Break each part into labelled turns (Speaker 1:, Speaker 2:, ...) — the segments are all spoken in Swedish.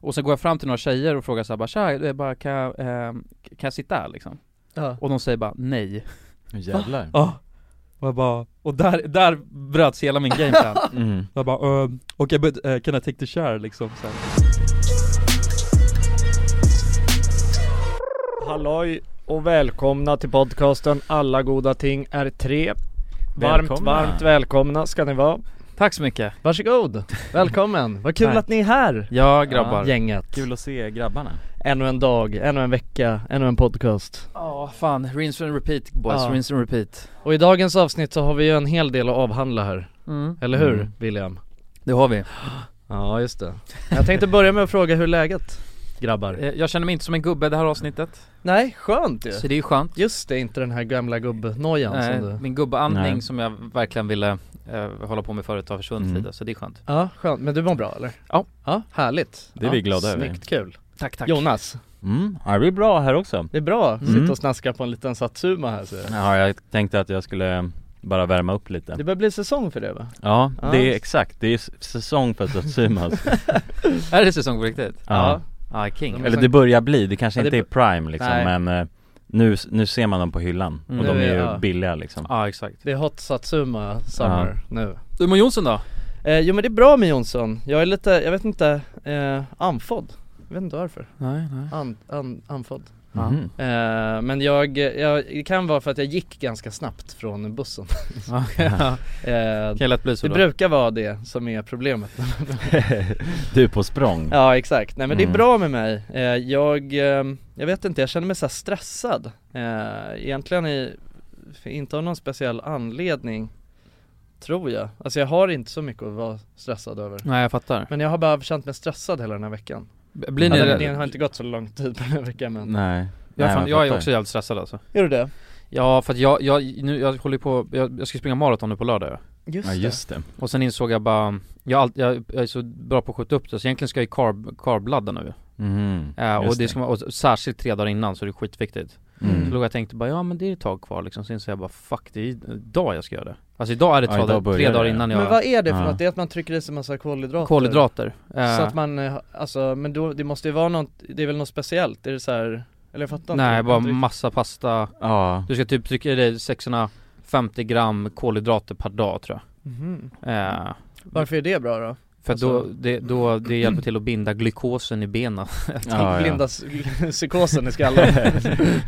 Speaker 1: Och sen går jag fram till några tjejer och frågar så här, bara, tja, det är bara, kan, jag, eh, kan jag sitta här liksom?
Speaker 2: Ja.
Speaker 1: Och de säger bara nej
Speaker 3: Jävlar
Speaker 1: Ja, och jag bara, och där, där bröts hela min gameplan
Speaker 3: mm.
Speaker 1: Jag bara, um, okej okay, but uh, can I take the chair liksom så här.
Speaker 2: Halloj och välkomna till podcasten Alla goda ting är tre. Varmt,
Speaker 3: Välkomna.
Speaker 2: varmt välkomna ska ni vara.
Speaker 1: Tack så mycket,
Speaker 2: Varsågod, välkommen. Vad kul
Speaker 1: Tack.
Speaker 2: att ni är här
Speaker 1: ja grabbar Ja,
Speaker 2: gänget.
Speaker 3: Kul att se grabbarna
Speaker 2: Ännu en dag, ännu en vecka, ännu en podcast.
Speaker 1: fan, rinse and repeat boys,
Speaker 2: Ja.
Speaker 1: rinse and repeat
Speaker 2: Och i dagens avsnitt så har vi ju en hel del att avhandla här.
Speaker 1: mm.
Speaker 2: Eller hur
Speaker 3: Mm.
Speaker 2: William?
Speaker 1: Det har vi
Speaker 2: Ja just det. Jag tänkte börja med att fråga hur är läget grabbar?
Speaker 1: Eh, Jag känner mig inte som en gubbe det här avsnittet,
Speaker 2: Nej, skönt ju.
Speaker 1: så det är ju skönt
Speaker 2: Just det, inte den här gamla gubbnojan
Speaker 1: Nej,
Speaker 2: som du...
Speaker 1: Min gubbeandning
Speaker 3: Nej.
Speaker 1: som jag verkligen ville eh, hålla på med förut har försvunnit
Speaker 3: Mm.
Speaker 1: lite, så det är skönt
Speaker 2: Ja, skönt. Men du mår bra eller?
Speaker 1: Ja.
Speaker 2: Ja, härligt.
Speaker 3: Det är
Speaker 2: ja,
Speaker 3: vi glada över.
Speaker 2: Snyggt, kul.
Speaker 1: Tack tack
Speaker 2: Jonas,
Speaker 3: mm. Ja det blir bra här också
Speaker 2: det är bra.
Speaker 1: Mm.
Speaker 2: Sitta och snaska på en liten satsuma här så.
Speaker 3: Ja jag tänkte att jag skulle bara värma upp lite
Speaker 2: Det börjar bli säsong för det va?
Speaker 3: Ja,
Speaker 2: Ja.
Speaker 3: det är exakt, det är s- säsong för Satsumas
Speaker 1: Är det säsong på riktigt?
Speaker 3: ja.
Speaker 1: Ja, king
Speaker 2: Mm.
Speaker 3: Eller det börjar bli, det kanske
Speaker 2: Ja,
Speaker 3: inte
Speaker 2: det
Speaker 3: är prime liksom
Speaker 2: Nej.
Speaker 3: men eh, nu, nu ser man dem på hyllan
Speaker 1: Mm.
Speaker 3: och de
Speaker 2: Nu
Speaker 3: är
Speaker 2: är-
Speaker 3: ju
Speaker 2: ja.
Speaker 3: billiga liksom
Speaker 1: Ja exakt
Speaker 2: Det är hot satsuma summer
Speaker 3: Ja.
Speaker 2: nu.
Speaker 1: Du mår Jonsson då?
Speaker 2: Eh, jo men det är bra med Jonsson. Jag är lite, jag vet inte, eh, andfådd. Jag vet inte varför.
Speaker 1: Nej nej
Speaker 2: An, an, andfådd.
Speaker 1: Ja.
Speaker 3: Mhm.
Speaker 2: Eh, men jag, jag, det kan vara för att jag gick ganska snabbt från bussen.
Speaker 1: Kan
Speaker 2: Eh,
Speaker 1: jag lätt bli så
Speaker 2: det
Speaker 1: då?
Speaker 2: brukar vara det som är problemet.
Speaker 3: Du är på språng
Speaker 2: Ja exakt, nej men det
Speaker 3: Mm.
Speaker 2: är bra med mig. Eh, Jag, eh, jag vet inte, jag känner mig så här stressad Eh, Egentligen i, för inte av någon speciell anledning Tror jag, alltså jag har inte så mycket att vara stressad över
Speaker 1: Nej jag fattar
Speaker 2: Men jag har bara känt mig stressad hela den här veckan
Speaker 1: B- Blir ni
Speaker 3: Ja,
Speaker 2: Eller,
Speaker 3: det-
Speaker 2: Det har inte gått så lång tid på den här veckan men
Speaker 3: Nej
Speaker 1: Jag,
Speaker 3: Nej,
Speaker 1: fan,
Speaker 3: men
Speaker 1: jag är
Speaker 3: fattar.
Speaker 1: också jävligt stressad alltså
Speaker 2: Gör du det?
Speaker 1: Ja för att jag, jag, nu, jag håller på, jag, jag ska springa maraton nu på lördag ja.
Speaker 2: Just,
Speaker 3: Ja just det,
Speaker 1: Och sen insåg jag bara, jag, har allt- jag, jag är så bra på att skjuta upp det så egentligen ska jag ju carb, carbladda nu
Speaker 3: Mhm.
Speaker 1: eh, Och
Speaker 3: Just
Speaker 1: det ska man, och särskilt tre dagar innan så det är skitviktigt
Speaker 3: Mm.
Speaker 1: Så låg jag och tänkte bara, ja men det är ett tag kvar liksom, sen insåg jag bara fuck det är ju idag jag ska göra det Alltså idag är det
Speaker 3: Ja,
Speaker 1: två
Speaker 3: idag
Speaker 1: dagar,
Speaker 3: börjar
Speaker 1: tre dagar
Speaker 3: det.
Speaker 1: innan
Speaker 2: Men
Speaker 1: jag,
Speaker 2: vad är det för
Speaker 3: Ja.
Speaker 2: något? Det är att man trycker i sig massa kolhydrater?
Speaker 1: kolhydrater eh,
Speaker 2: Så att man, eh, alltså, men då, det måste ju vara något, det är väl något speciellt? Är det så här, eller jag fattar inte
Speaker 1: Nej bara
Speaker 2: Inte riktigt.
Speaker 1: massa pasta
Speaker 3: Ja,
Speaker 1: Du ska typ trycka i dig 650 gram kolhydrater per dag tror
Speaker 2: Mhm.
Speaker 1: jag eh,
Speaker 2: Varför är det bra då?
Speaker 1: För att då,
Speaker 2: Alltså-
Speaker 1: det, då, det hjälper till att binda glykosen i benen
Speaker 3: ja, ja.
Speaker 2: Blinda ja. psykosen i skallen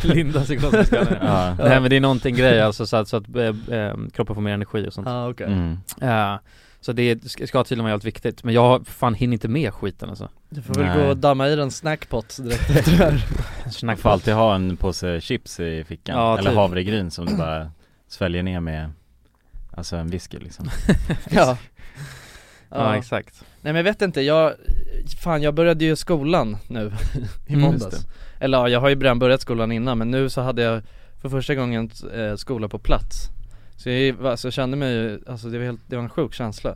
Speaker 1: Linda psykosen
Speaker 3: ja.
Speaker 1: Nej men det är någonting grej alltså så att, så att eh, eh, kroppen får mer energi och sånt
Speaker 2: ah, okej
Speaker 3: Mm.
Speaker 1: eh, Så det ska ska tydligen vara jävligt viktigt, men jag fan hinner inte med skiten alltså
Speaker 2: Du får väl
Speaker 3: Nej.
Speaker 2: gå och damma i den snackpot direkt efter det här
Speaker 3: Man får alltid ha en påse chips i fickan,
Speaker 1: Ja,
Speaker 3: eller
Speaker 1: typ.
Speaker 3: havregryn som du bara sväljer ner med Alltså en whisky liksom
Speaker 1: Ja
Speaker 2: ja. ja
Speaker 1: exakt
Speaker 2: Nej men jag vet inte, jag, fan jag började ju skolan nu i
Speaker 1: Mm.
Speaker 2: måndags
Speaker 3: Just
Speaker 2: Eller ja, jag har ju redan börjat skolan innan men nu så hade jag för första gången eh, skola på plats Så jag alltså, jag kände mig ju, alltså det var, helt, det var en sjuk känsla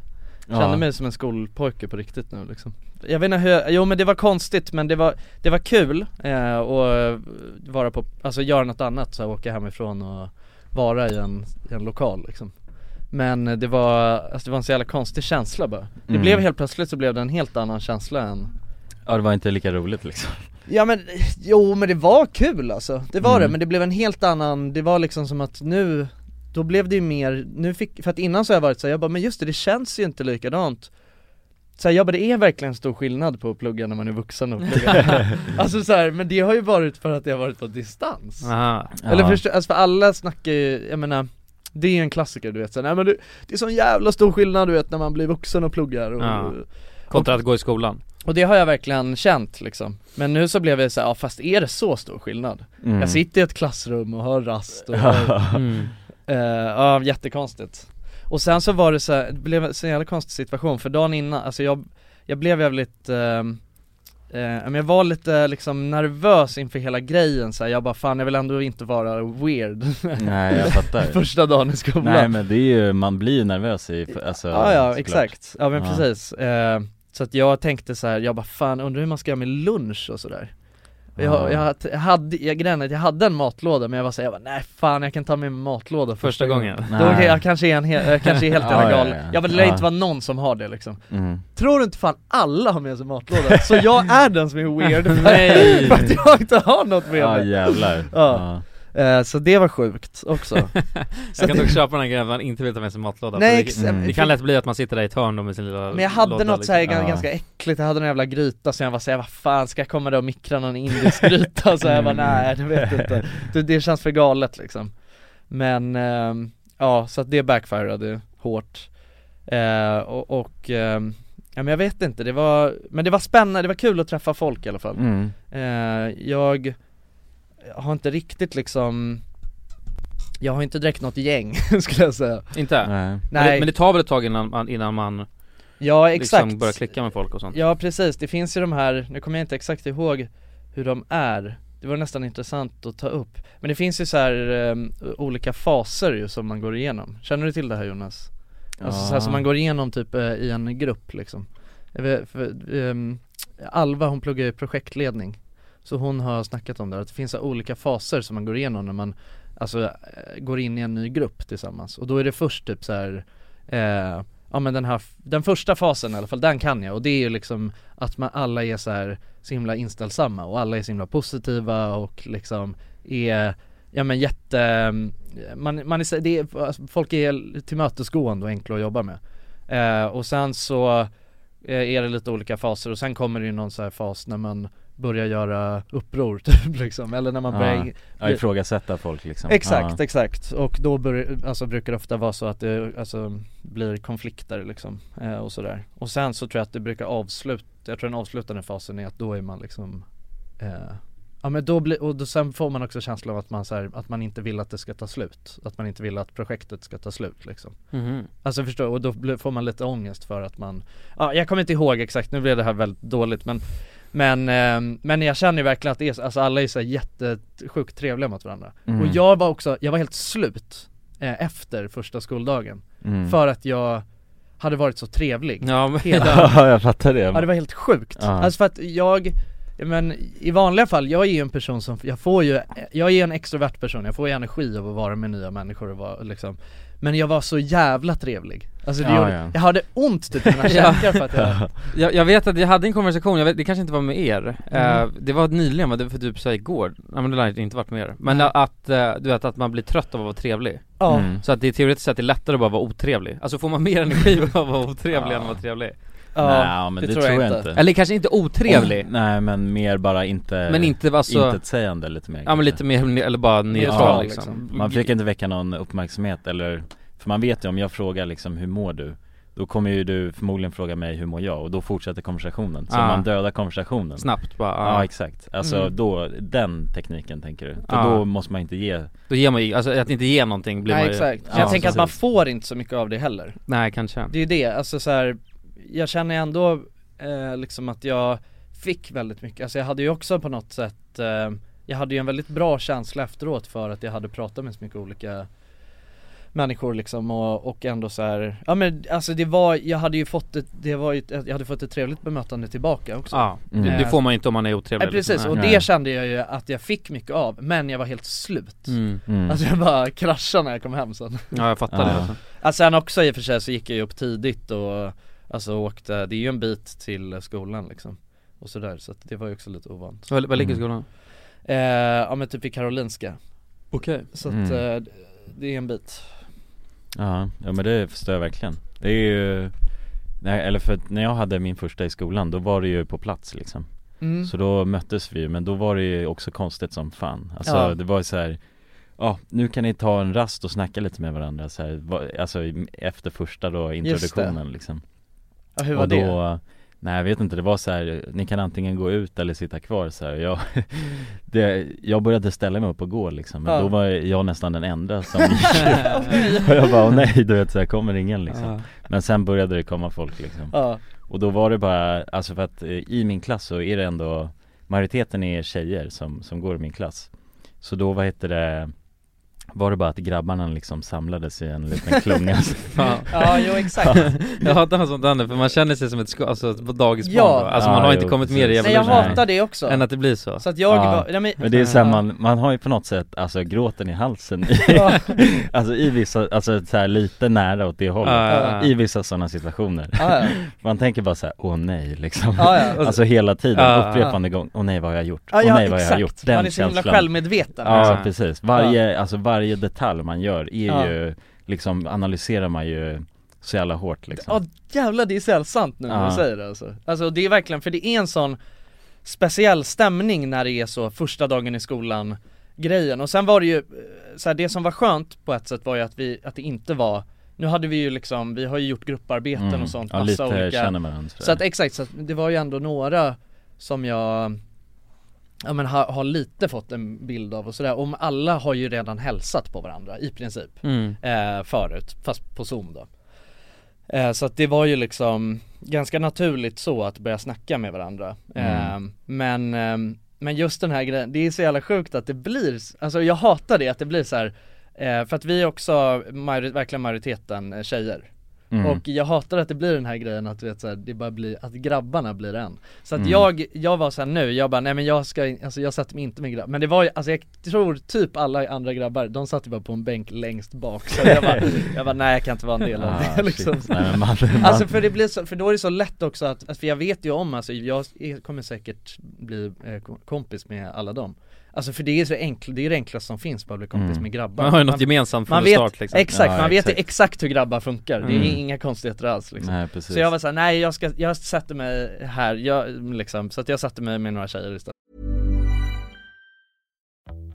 Speaker 2: Kände mig som en skolpojke på riktigt nu liksom Jag vet inte hur, jag- jo men det var konstigt men det var, det var kul eh, och eh, vara på, alltså göra något annat så här, åka hemifrån och vara i en, i en lokal liksom Men eh, det var, alltså det var en så jävla konstig känsla bara Det
Speaker 3: Mm.
Speaker 2: blev helt plötsligt så blev det en helt annan känsla än
Speaker 3: Ja det var inte lika roligt liksom
Speaker 2: Ja men, jo men det var kul alltså, det var
Speaker 3: Mm.
Speaker 2: det men det blev en helt annan, det var liksom som att nu, då blev det ju mer, nu fick, för att innan så har jag varit såhär, jag bara men just det, det känns ju inte likadant så här, jag bara det är verkligen stor skillnad på att plugga när man är vuxen och plugga Alltså så här, men det har ju varit för att det har varit på distans
Speaker 1: Aha.
Speaker 2: Eller
Speaker 3: Ja.
Speaker 2: förstå, alltså för alla snackar ju, jag menar det är ju en klassiker du vet, så här, nej men du, det är sån jävla stor skillnad du vet när man blir vuxen och pluggar och,
Speaker 1: Ja. Kontra att gå i skolan
Speaker 2: och det har jag verkligen känt liksom Men nu så blev jag så här, ja fast är det så stor skillnad?
Speaker 3: Mm.
Speaker 2: Jag sitter i ett klassrum och har rast och hör, eh, ja jättekonstigt Och sen så var det så här, det blev en så jävla konstig situation för dagen innan, alltså jag, jag blev jävligt eh, Eh, men jag var lite liksom nervös inför hela grejen så här. jag bara fan jag vill ändå inte vara weird
Speaker 3: Nej jag fattar
Speaker 2: första dagen i skolan
Speaker 3: Nej men det är ju, man blir ju nervös i, alltså
Speaker 2: Ja ja,
Speaker 3: såklart.
Speaker 2: exakt, ja men
Speaker 3: Ja.
Speaker 2: precis eh, Så att jag tänkte så här, jag bara fan undrar hur man ska göra med lunch och sådär Jag, jag, jag hade, jag, grejen är att jag hade en matlåda men jag var såhär, jag bara, nej fan jag kan ta med mig matlåda
Speaker 1: Första gången?
Speaker 2: Då kan jag kanske är en hel, jag kanske är helt jävla
Speaker 3: Ja, ja,
Speaker 2: galen,
Speaker 3: ja.
Speaker 2: jag bara, det lär
Speaker 3: Ja.
Speaker 2: inte vara någon som har det liksom
Speaker 3: Mm.
Speaker 2: Tror du inte fan alla har med sig matlåda? Så jag är den som är weird för,
Speaker 1: Nej.
Speaker 2: för att jag inte har något med
Speaker 3: Ja
Speaker 2: mig
Speaker 3: jävlar
Speaker 2: Ja. Eh, Så det var sjukt också Så
Speaker 1: Jag kan
Speaker 2: det-
Speaker 1: dock köpa den här grejen att man inte vill ta med sig matlåda
Speaker 2: Nej
Speaker 1: för
Speaker 2: ex-
Speaker 1: det,
Speaker 3: Mm.
Speaker 1: det kan lätt bli att man sitter där i ett hörn då med sin lilla
Speaker 2: Men jag hade
Speaker 1: låda,
Speaker 2: något såhär
Speaker 1: liksom.
Speaker 2: gan-
Speaker 3: Ja.
Speaker 2: ganska äckligt, jag hade en jävla gryta så jag var såhär, vad fan ska jag komma där och mikra någon indisk gryta? Så jag bara,
Speaker 3: Mm.
Speaker 2: nej det vet jag inte, det, det känns för galet liksom Men, ehm, ja så att det backfirade hårt eh, Och, och ehm, ja men jag vet inte, det var, men det var spännande, det var kul att träffa folk i alla fall
Speaker 3: Mm.
Speaker 2: Eh, jag har inte riktigt liksom Jag har inte direkt något gäng skulle jag säga
Speaker 1: Inte?
Speaker 3: Nej.
Speaker 1: Men, det,
Speaker 2: Nej,
Speaker 1: men det tar väl ett tag innan man, innan man
Speaker 2: ja exakt
Speaker 1: liksom börjar klicka med folk och sånt?
Speaker 2: Ja precis, det finns ju de här, nu kommer jag inte exakt ihåg hur de är Det var nästan intressant att ta upp Men det finns ju så här ehm, olika faser ju som man går igenom Känner du till det här Jonas? Alltså så här
Speaker 3: Ah.
Speaker 2: som man går igenom typ eh, i en grupp liksom Jag vet- för, ehm, Alva hon pluggar ju projektledning Så hon har snackat om det här, att det finns så här olika faser som man går igenom när man Alltså eh, går in i en ny grupp tillsammans och då är det först typ så här eh, Ja men den här, den första fasen i alla fall, den kan jag och det är ju liksom att man alla är så här så himla inställsamma och alla är så himla positiva och liksom är Ja men jätte, man, man är, så- det är, alltså, folk är tillmötesgående och enkla att jobba med eh, Och sen så eh, är det lite olika faser och sen kommer det ju någon så här fas när man börjar göra uppror typ liksom, eller när man
Speaker 3: Ja.
Speaker 2: börjar
Speaker 3: Ja, ifrågasätta folk liksom
Speaker 2: Exakt,
Speaker 3: ja.
Speaker 2: exakt. Och då bör, alltså, brukar det ofta vara så att det alltså, blir konflikter liksom eh, och sådär. Och sen så tror jag att det brukar avsluta, jag tror den avslutande fasen är att då är man liksom eh, Ja men då blir, och då, sen får man också känslan av att man, så här, att man inte vill att det ska ta slut. Att man inte vill att projektet ska ta slut liksom.
Speaker 1: Mhm.
Speaker 2: Alltså förstår, och då blir- får man lite ångest för att man Ja jag kommer inte ihåg exakt, nu blev det här väldigt dåligt men Men, ehm, men jag känner ju verkligen att det är så, alltså alla är så här jättesjukt trevliga mot varandra
Speaker 3: Mm.
Speaker 2: Och jag var också, jag var helt slut eh, Efter första skoldagen
Speaker 3: Mm.
Speaker 2: För att jag hade varit så trevlig
Speaker 1: Ja men
Speaker 2: hela,
Speaker 3: Ja jag fattar det
Speaker 2: Ja det var helt sjukt.
Speaker 3: Ja.
Speaker 2: Alltså för att jag, men i vanliga fall, jag är ju en person som, jag får ju, jag är en extrovert person, jag får ju energi av att vara med nya människor och vara liksom Men jag var så jävla trevlig Alltså det
Speaker 3: Ja,
Speaker 2: gjorde,
Speaker 3: ja.
Speaker 2: jag hade ont typ i mina käkar för att jag,
Speaker 1: jag, jag vet att jag hade en konversation, jag vet, det kanske inte var med er,
Speaker 3: Mhm.
Speaker 2: Mm.
Speaker 1: Eh, det var nyligen, va? det var för typ såhär igår, nej men det lär inte varit med er Men
Speaker 2: Nej.
Speaker 1: att, eh, du vet att man blir trött av att vara trevlig
Speaker 2: ja
Speaker 3: Mm.
Speaker 1: Så att det är teoretiskt sett är lättare att bara vara otrevlig, alltså får man mer energi av att vara otrevlig än att vara trevlig?
Speaker 2: Ja,
Speaker 3: Nej men det, tror jag, inte
Speaker 1: Eller kanske inte otrevlig,
Speaker 3: Nej men mer bara inte
Speaker 1: men inte alltså,
Speaker 3: intetsägande lite mer
Speaker 1: ja men
Speaker 3: kanske.
Speaker 1: lite mer, ne- eller bara neutral
Speaker 3: Ja,
Speaker 1: liksom.
Speaker 3: Man försöker inte väcka någon uppmärksamhet eller För man vet ju om jag frågar liksom hur mår du? Då kommer ju du förmodligen fråga mig hur mår jag? Och då fortsätter konversationen Så
Speaker 1: Ah.
Speaker 3: man dödar konversationen
Speaker 1: Snabbt Ah. bara,
Speaker 3: Ja
Speaker 1: ja.
Speaker 3: exakt, alltså
Speaker 2: Mm.
Speaker 3: då, den tekniken tänker du? För
Speaker 1: Ja.
Speaker 3: då måste man inte ge
Speaker 1: då ger man ju, alltså att inte ge någonting blir
Speaker 2: Nej
Speaker 1: man ju,
Speaker 2: exakt,
Speaker 3: Ja,
Speaker 2: jag tänker att man
Speaker 3: precis.
Speaker 2: får inte så mycket av det heller
Speaker 1: nej kanske
Speaker 2: Det är ju det, alltså så här, jag känner ändå eh, liksom att jag fick väldigt mycket, alltså jag hade ju också på något sätt, eh, jag hade ju en väldigt bra känsla efteråt för att jag hade pratat med så mycket olika människor liksom och, och ändå så här, ja men alltså det var, jag hade ju fått ett, det var ju, ett- jag hade fått ett trevligt bemötande tillbaka också
Speaker 1: Ja, det,
Speaker 3: Mm.
Speaker 1: det får man ju inte om man är
Speaker 2: Nej,
Speaker 1: otrevlig
Speaker 2: precis,
Speaker 1: liksom.
Speaker 2: och
Speaker 1: Nej.
Speaker 2: det
Speaker 3: Nej.
Speaker 2: kände jag ju att jag fick mycket av, men jag var helt slut
Speaker 1: mm.
Speaker 3: mm.
Speaker 2: Alltså jag bara kraschade när jag kom hem sen
Speaker 1: Ja jag fattar
Speaker 3: Ja.
Speaker 1: det alltså.
Speaker 2: Ja, sen också i och för sig så gick jag ju upp tidigt och alltså åkte, det är ju en bit till skolan liksom och sådär så att det var ju också lite ovant
Speaker 1: Var, var ligger
Speaker 3: Mm.
Speaker 1: skolan?
Speaker 2: eh, Ja men typ i Karolinska
Speaker 1: Okej
Speaker 2: Så att
Speaker 3: Mm.
Speaker 2: eh, det är en bit
Speaker 3: Ja, ja men det förstår jag verkligen Det är ju Nej, eller för att när jag hade min första i skolan, då var det ju på plats liksom
Speaker 2: mm.
Speaker 3: Så då möttes vi, men då var det ju också konstigt som fan Alltså
Speaker 2: Ja.
Speaker 3: det var ju så här. Ja, nu kan ni ta en rast och snacka lite med varandra så här, va- alltså i- efter första då introduktionen liksom
Speaker 2: ja, hur
Speaker 3: Och
Speaker 2: var
Speaker 3: då,
Speaker 2: det?
Speaker 3: Nej jag vet inte, det var så här, ni kan antingen gå ut eller sitta kvar så här. Jag, det, jag började ställa mig upp och gå liksom, men
Speaker 2: Ja.
Speaker 3: då var jag nästan den enda som gick Och jag bara, åh nej du vet så här, kommer ingen liksom
Speaker 1: Ja.
Speaker 3: Men sen började det komma folk liksom
Speaker 2: Ja,
Speaker 3: och då var det bara, alltså för att eh, i min klass så är det ändå Majoriteten är tjejer som, som går i min klass Så då, vad heter det Var det bara att grabbarna liksom samlades i en liten klunga?
Speaker 1: Ja.
Speaker 2: Ja, jo exakt.
Speaker 1: Jag hatar sånt där nu, för man känner sig som ett sko- alltså, ett dagisbarn
Speaker 2: Ja.
Speaker 1: ja. Alltså man
Speaker 3: Ja,
Speaker 1: har
Speaker 3: jo,
Speaker 1: inte kommit med i
Speaker 3: precis.
Speaker 2: Nej jag
Speaker 1: evolutionen
Speaker 3: Nej.
Speaker 2: hatar det också.
Speaker 1: Än att det blir så
Speaker 2: Så att jag
Speaker 3: Ja.
Speaker 2: var, nej, men,
Speaker 3: Men det är så här, man, man har ju på något sätt, alltså gråten i halsen
Speaker 2: Ja.
Speaker 3: Alltså i vissa, alltså så här lite nära åt det hållet
Speaker 1: Ja, ja,
Speaker 3: I
Speaker 1: ja.
Speaker 3: vissa sådana situationer
Speaker 2: Ja, ja.
Speaker 3: Man tänker bara så här, åh nej liksom
Speaker 2: Ja, ja.
Speaker 3: Alltså hela tiden,
Speaker 1: Ja, ja.
Speaker 3: upprepande gång, åh nej vad har jag gjort?
Speaker 2: Ja,
Speaker 3: åh
Speaker 2: ja,
Speaker 3: nej vad har jag
Speaker 2: exakt.
Speaker 3: gjort? Den
Speaker 2: man är så himla
Speaker 3: känslan
Speaker 2: självmedveten.
Speaker 3: Ja
Speaker 1: Ja.
Speaker 3: precis, varje, alltså varje detalj man gör är
Speaker 2: Ja.
Speaker 3: ju, liksom analyserar man ju så jävla hårt liksom
Speaker 2: Ja jävlar det är sällsamt nu när
Speaker 3: Ja.
Speaker 2: du säger det alltså. Alltså det är verkligen, för det är en sån speciell stämning när det är så första dagen i skolan grejen och sen var det ju, eh, så här, det som var skönt på ett sätt var ju att vi, att det inte var nu hade vi ju liksom, vi har ju gjort grupparbeten och sånt,
Speaker 3: Mm. ja,
Speaker 2: massa
Speaker 3: lite
Speaker 2: olika
Speaker 3: känner man varandra
Speaker 2: Så att exakt, så att det var ju ändå några som jag Ja men har, har lite fått en bild av och sådär, och alla har ju redan hälsat på varandra i princip
Speaker 1: mm.
Speaker 2: eh, förut, fast på zoom då eh, Så att det var ju liksom ganska naturligt så att börja snacka med varandra
Speaker 3: Mm.
Speaker 2: eh, Men, eh, men just den här grejen, det är så jävla sjukt att det blir, alltså jag hatar det att det blir så här eh, För att vi är också, majori- verkligen majoriteten eh, tjejer
Speaker 3: Mm.
Speaker 2: och jag hatar att det blir den här grejen att du vet såhär, det bara blir, att grabbarna blir en Så att
Speaker 3: Mm.
Speaker 2: jag, jag var såhär nu, jag bara nej men jag ska, in- alltså jag satte mig inte med grabbar Men det var ju, alltså jag tror typ alla andra grabbar, de satt ju bara på en bänk längst bak Så jag bara, jag bara nej jag kan inte vara en del av
Speaker 3: Ah,
Speaker 2: det
Speaker 3: shit.
Speaker 2: liksom
Speaker 3: Nej, men man, man,
Speaker 2: Alltså för det blir så, för då är det så lätt också att, att för jag vet ju om alltså, jag är- kommer säkert bli eh, kom- kompis med alla dem Alltså för det är så enkelt, det är det enklaste som finns, bara bli kompis
Speaker 3: Mm.
Speaker 2: med grabbar
Speaker 1: Man har ju
Speaker 2: Man-
Speaker 1: något gemensamt
Speaker 2: man
Speaker 1: från
Speaker 2: vet-
Speaker 1: start liksom
Speaker 2: Exakt,
Speaker 3: Ja,
Speaker 2: man vet ju
Speaker 3: exakt.
Speaker 2: exakt hur grabbar funkar, det är
Speaker 3: Mm.
Speaker 2: inga konstigheter alls liksom.
Speaker 3: Nej precis
Speaker 2: Så jag var såhär, nej jag, ska, jag sätter mig här, jag, liksom, så att jag satte mig med några tjejer istället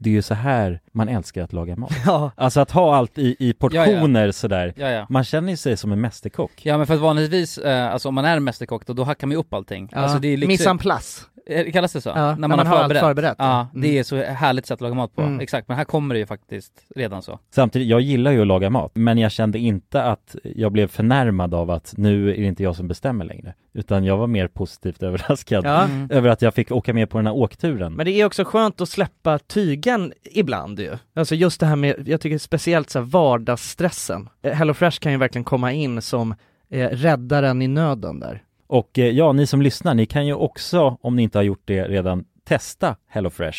Speaker 3: det är ju så här man älskar att laga mat.
Speaker 4: Ja,
Speaker 3: Alltså att ha allt i, i portioner sådär.
Speaker 1: Ja, ja.
Speaker 3: Man känner ju sig som en mästerkock.
Speaker 1: Ja men för att vanligtvis, eh, alltså om man är mästerkock då, då hackar man ju upp allting. Alltså det är liksom,
Speaker 4: plus
Speaker 1: Eh, kallas det så?
Speaker 4: Ja,
Speaker 1: när man, har förberett. Ja,
Speaker 4: Mm.
Speaker 1: det är så härligt sätt att laga mat på.
Speaker 4: Mm.
Speaker 1: Exakt, men här kommer det ju faktiskt redan så.
Speaker 3: Samtidigt, jag gillar ju att laga mat, men jag kände inte att jag blev förnärmad av att nu är det inte jag som bestämmer längre. Utan jag var mer positivt överraskad
Speaker 2: Ja.
Speaker 1: Mm.
Speaker 3: över att jag fick åka med på den här åkturen.
Speaker 2: Men det är också skönt att släppa tygen ibland ju Alltså just det här med, jag tycker speciellt så här vardagsstressen Eh, HelloFresh kan ju verkligen komma in som eh, räddaren i nöden där
Speaker 3: Och eh, ja, ni som lyssnar, ni kan ju också, om ni inte har gjort det redan, testa HelloFresh.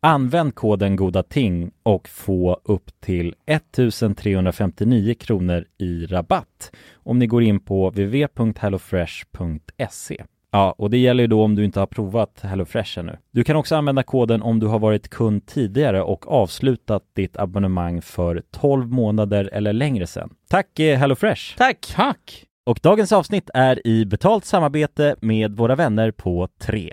Speaker 3: Använd koden goda ting och få upp till 1359 kronor i rabatt om ni går in på www.hellofresh.se. Ja, och det gäller ju då om du inte har provat HelloFresh ännu. Du kan också använda koden om du har varit kund tidigare och avslutat ditt abonnemang för 12 månader eller längre sedan. Tack eh, HelloFresh!
Speaker 2: Tack!
Speaker 1: Tack!
Speaker 3: Och dagens avsnitt är i betalt samarbete med våra vänner på 3.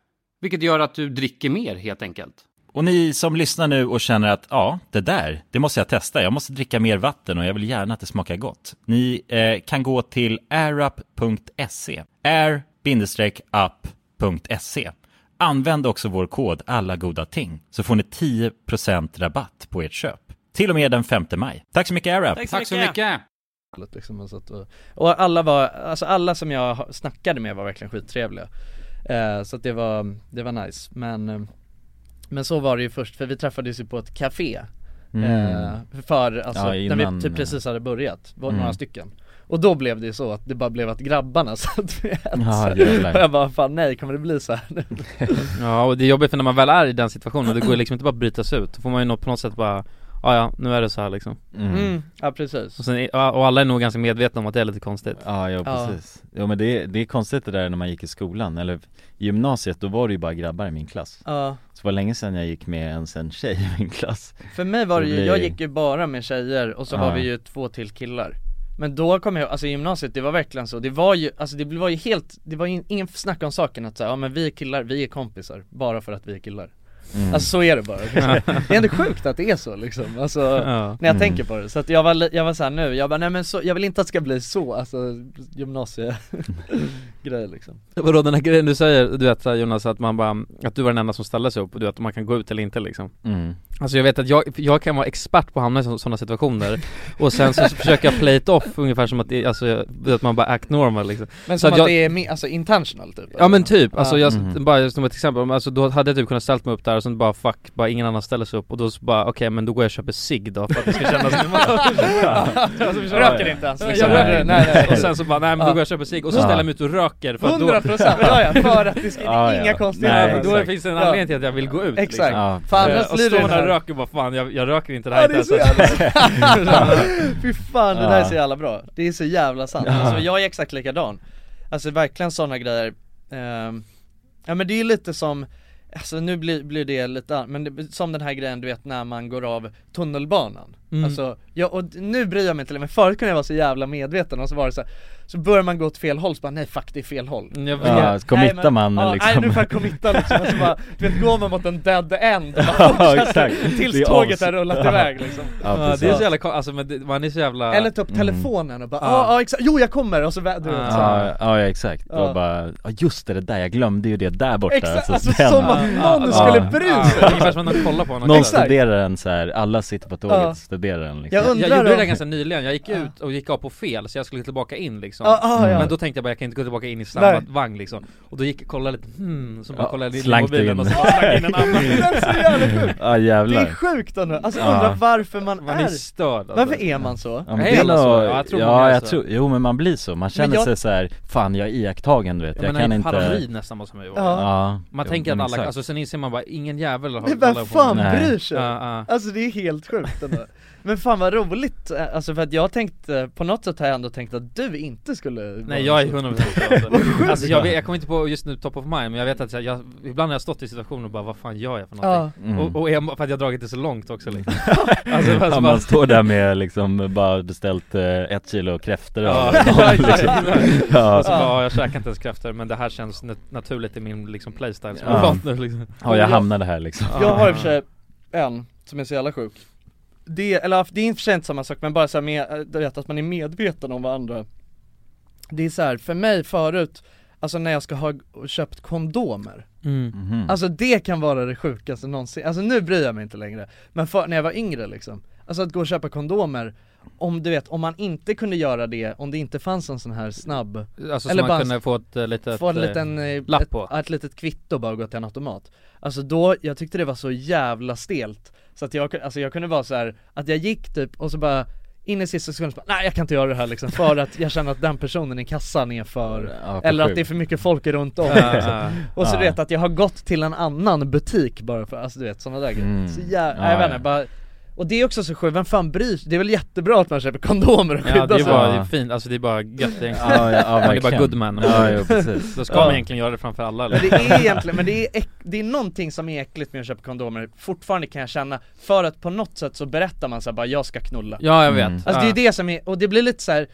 Speaker 5: vilket gör att du dricker mer helt enkelt.
Speaker 3: Och ni som lyssnar nu och känner att ja, det där, det måste jag testa. Jag måste dricka mer vatten och jag vill gärna att det smakar gott. Ni eh, kan gå till airup.se. air-up.se. Använd också vår kod alla goda ting så får ni 10% rabatt på ert köp. Till och med den 5 maj. Tack så mycket AirUp!
Speaker 5: Tack så mycket!
Speaker 6: liksom, och, satt och, och alla var, alltså alla som jag ha- snackade med var verkligen skittrevliga eh, Så att det var, det var nice, men eh, Men så var det ju först, för vi träffades ju på ett café eh, För, alltså,
Speaker 3: Mm. Ja,
Speaker 6: när
Speaker 3: innan- Mm.
Speaker 6: vi typ precis hade börjat, var några stycken Och då blev det ju så att det bara blev att grabbarna satt med ett
Speaker 3: Ja,
Speaker 6: så här.
Speaker 3: jävlar.
Speaker 6: Och jag bara, fan nej kommer det bli så här nu?
Speaker 1: Ja och det är jobbigt för när man väl är i den situationen, det går ju liksom inte bara att bryta sig ut, då får man ju nå- på något sätt bara Ja, ja, nu är det så här liksom.
Speaker 6: Mm. Ja precis
Speaker 1: Och, sen, är- ja, och alla är nog ganska medvetna om att det är lite konstigt.
Speaker 7: Ja, ja
Speaker 6: Ja.
Speaker 7: precis. Jo men det, är- det är konstigt det där när man gick i skolan, eller gymnasiet, då var det ju bara grabbar i min klass
Speaker 6: Ja,
Speaker 7: Så det var länge sedan jag gick med ens en tjej i min klass
Speaker 6: för mig var det
Speaker 7: Det
Speaker 6: ju,
Speaker 7: blir-
Speaker 6: jag gick ju bara med tjejer och så var
Speaker 7: Ja.
Speaker 6: vi ju två till killar Men då kom jag, alltså i gymnasiet, det var verkligen så, det var ju, alltså det var ju helt, det var ju ingen snack om saken att säga, ja men vi är killar, vi är kompisar, bara för att vi är killar Mm. Alltså så är det bara Det är ändå sjukt att det är så liksom, alltså, när jag
Speaker 2: Mm.
Speaker 6: tänker på det. Så att jag var, li- jag var såhär nu, jag bara nej men så, jag vill inte att det ska bli så, alltså gymnasiegrej liksom
Speaker 1: Vadå den här grejen du säger, du vet så här, Jonas att man bara, att du var den enda som ställde sig upp och du vet om man kan gå ut eller inte liksom
Speaker 8: Mm.
Speaker 1: Alltså jag vet att jag, jag kan vara expert på att hamna i sådana situationer och sen så försöker jag play it off ungefär som att, det, alltså, jag- du vet, man bara act normal liksom
Speaker 6: Men
Speaker 1: Så
Speaker 6: som att,
Speaker 1: jag-
Speaker 6: det är me- alltså intentional typ
Speaker 1: Ja men typ, alltså jag,
Speaker 6: Mhm.
Speaker 1: bara som ett exempel, alltså då hade jag typ kunnat ställt mig upp där och sen bara fuck, bara ingen annan ställer sig upp och då så bara okej men då går jag och köper cigg då för att det ska kännas
Speaker 6: Alltså, jag röker inte ens, liksom.
Speaker 1: Jag röker,
Speaker 6: Nej, nej, nej.
Speaker 1: Och sen så bara nej men då
Speaker 6: Ja.
Speaker 1: går jag och köper cigg och så
Speaker 6: Ja.
Speaker 1: ställer jag mig ut och röker för att då
Speaker 6: 100%, ja, ja, för att det ska- det är inga konstigheter.
Speaker 1: Nej, Då
Speaker 6: Exakt.
Speaker 1: finns det en
Speaker 6: Ja.
Speaker 1: anledning till att jag vill gå ut
Speaker 6: Exakt.
Speaker 1: liksom.
Speaker 6: Ja. För annars
Speaker 1: Och
Speaker 6: blir det
Speaker 1: står man
Speaker 6: den
Speaker 1: där och
Speaker 6: här-
Speaker 1: röker och bara fan jag, jag röker inte det här
Speaker 6: Ja det är
Speaker 1: inte
Speaker 6: så
Speaker 1: ens."
Speaker 6: jävla Fy fan det där är
Speaker 1: Ja.
Speaker 6: så jävla bra, det är så jävla sant
Speaker 1: Ja.
Speaker 6: alltså, jag är exakt likadan Alltså verkligen sådana grejer Ehm, Ja men det är ju lite som Alltså nu blir, blir det lite an- men det, som den här grejen du vet när man går av tunnelbanan
Speaker 2: Mm.
Speaker 6: Alltså, ja, och d- nu bryr jag mig inte längre, men förut kunde jag vara så jävla medveten och så var det så här, Så börjar man gå åt fel håll så bara nej fuck det är fel håll
Speaker 1: Ja,
Speaker 8: Ja, committar
Speaker 6: Nej, men-
Speaker 8: man,
Speaker 6: ja,
Speaker 8: liksom.
Speaker 6: Nej nu får jag committa liksom, och så bara, du vet går man mot en dead end och bara
Speaker 8: Ja,
Speaker 6: fortsätter
Speaker 8: exakt.
Speaker 6: tills
Speaker 8: Det är
Speaker 6: tåget
Speaker 8: avs-
Speaker 6: har rullat
Speaker 8: Ja. Mm.
Speaker 6: iväg liksom
Speaker 1: Ja, det är så jävla kon- alltså men det, man är så jävla
Speaker 6: eller typ ta upp telefonen och bara ja ja exakt, jo jag kommer och så vä- du vet, så.
Speaker 8: Ja, ja, ja exakt, då
Speaker 6: Ja.
Speaker 8: bara, ja just det, det där, jag glömde ju det där borta
Speaker 6: Exakt,
Speaker 8: Så
Speaker 6: alltså,
Speaker 8: den-
Speaker 6: som att någon skulle bry sig. liksom.
Speaker 1: Ungefär som att någon kollar på en och
Speaker 8: Någon
Speaker 1: kollar.
Speaker 8: studerar den så här. alla sitter på tåget
Speaker 1: Ja.
Speaker 8: och studerar den liksom
Speaker 1: Jag, jag, gjorde
Speaker 8: om-
Speaker 1: det ganska nyligen, jag gick ut och gick av på fel så jag skulle tillbaka in liksom
Speaker 8: Ja, ja, ja.
Speaker 1: Men då tänkte jag bara jag kan inte gå tillbaka in i samma
Speaker 8: Nej.
Speaker 1: vagn liksom Och då gick jag och kollade lite, hmm, så bara
Speaker 8: Ja,
Speaker 1: kollade jag in i
Speaker 8: slank du
Speaker 1: mobilen
Speaker 8: in.
Speaker 1: och så bara slank jag in en annan
Speaker 6: Det är så jävla sjukt!
Speaker 8: Ja jävlar
Speaker 6: Det är sjukt ändå, alltså
Speaker 8: Ja.
Speaker 6: undra varför man,
Speaker 1: Man är störd, alltså.
Speaker 6: Varför är man så?
Speaker 8: Ja, men det är nog, ja,
Speaker 1: många är
Speaker 8: jag
Speaker 1: så.
Speaker 8: tror, jo men man blir så, man känner
Speaker 1: jag-
Speaker 8: sig så här, fan jag är iakttagen du vet,
Speaker 1: Ja,
Speaker 8: jag
Speaker 1: men han
Speaker 8: kan
Speaker 1: är
Speaker 8: inte
Speaker 1: paranoid nästan vad som är gjort.
Speaker 8: Ja. Ja.
Speaker 1: Man
Speaker 8: Jo,
Speaker 1: tänker att
Speaker 8: men
Speaker 1: alla,
Speaker 8: exakt.
Speaker 1: alltså sen inser man bara ingen jävel har
Speaker 6: Men vem
Speaker 1: kollat på
Speaker 6: fan
Speaker 1: mig.
Speaker 6: bryr sig?
Speaker 1: Ja, ja.
Speaker 6: Alltså det är helt sjukt ändå Men fan vad roligt, eh, alltså för att jag tänkte, på något sätt har jag ändå tänkt att du inte skulle vara
Speaker 1: Nej jag är
Speaker 6: så.
Speaker 1: 100%
Speaker 6: Vad sjukt!
Speaker 1: glad. alltså, jag, vet, jag kommer inte på just nu top of mind men jag vet att jag, jag, ibland har jag stått i situationer och bara vad fan gör jag för någonting?
Speaker 8: Ja. Mm.
Speaker 1: Och, och är, för att jag har dragit det så långt också liksom
Speaker 8: Alltså,
Speaker 1: fast
Speaker 8: man
Speaker 1: bara-
Speaker 8: står där med liksom bara beställt eh, ett kilo kräftor
Speaker 1: Ja,
Speaker 8: av
Speaker 1: ja,
Speaker 8: någon,
Speaker 1: exakt.
Speaker 8: liksom.
Speaker 1: Och så bara, ja, jag käkar inte ens kräftor men det här känns nat- naturligt i min liksom playstyle som jag
Speaker 8: Ja.
Speaker 1: valt nu liksom
Speaker 8: Ja, jag hamnade här liksom.
Speaker 6: Jag har i och för
Speaker 1: Ah.
Speaker 6: sig en som är så jävla sjuk Det, eller det är i och för sig inte samma sak men bara så här med, eh, du vet att man är medveten om varandra Det är så här, för mig förut, alltså när jag ska ha köpt kondomer
Speaker 1: Mm.
Speaker 6: Alltså det kan vara det sjukaste någonsin, alltså nu bryr jag mig inte längre Men för, när jag var yngre liksom, alltså att gå och köpa kondomer om du vet, om man inte kunde göra det, om det inte fanns en sån här snabb
Speaker 1: Alltså så man
Speaker 6: bara-
Speaker 1: kunde få ett eh, litet
Speaker 6: få en
Speaker 1: eh,
Speaker 6: liten eh,
Speaker 1: lapp
Speaker 6: ett,
Speaker 1: på
Speaker 6: ett litet kvitto bara och gå till en automat Alltså då, jag tyckte det var så jävla stelt Så att jag, ku- alltså jag kunde vara så här att jag gick typ och så bara in i sista sekunden så bara, nej jag kan inte göra det här liksom för att jag känner att den personen i kassan är för,
Speaker 2: Ja, för
Speaker 6: eller att
Speaker 2: sjuk.
Speaker 6: det är för mycket folk runt om
Speaker 2: Ja,
Speaker 6: liksom.
Speaker 2: ja.
Speaker 6: Och så
Speaker 2: Ja.
Speaker 6: du vet att jag har gått till en annan butik bara för, alltså du vet sådana där grejer
Speaker 2: Mm.
Speaker 6: Så jävla,
Speaker 2: Ja,
Speaker 6: jag vet
Speaker 2: ja.
Speaker 6: inte, bara och det är också så sjukt, vem fan bryr sig? Det är väl jättebra att man köper kondomer och
Speaker 1: Ja
Speaker 6: skyddar
Speaker 1: det är
Speaker 6: sig
Speaker 1: bara det är fint, alltså det är bara gött egentligen
Speaker 6: Ja, ja, ja,
Speaker 1: Man är bara
Speaker 6: verkligen.
Speaker 1: good man
Speaker 6: Ja, jo, precis.
Speaker 1: Då ska
Speaker 6: Ja.
Speaker 1: man egentligen göra det framför alla liksom.
Speaker 6: Men
Speaker 1: eller?
Speaker 6: det är egentligen, men det är, äck, det är någonting som är äckligt med att köpa kondomer, fortfarande kan jag känna, för att på något sätt så berättar man såhär bara jag ska knulla
Speaker 1: Ja, jag vet. Mm.
Speaker 6: Alltså det är ju
Speaker 1: Ja.
Speaker 6: det som är, och det blir lite så här.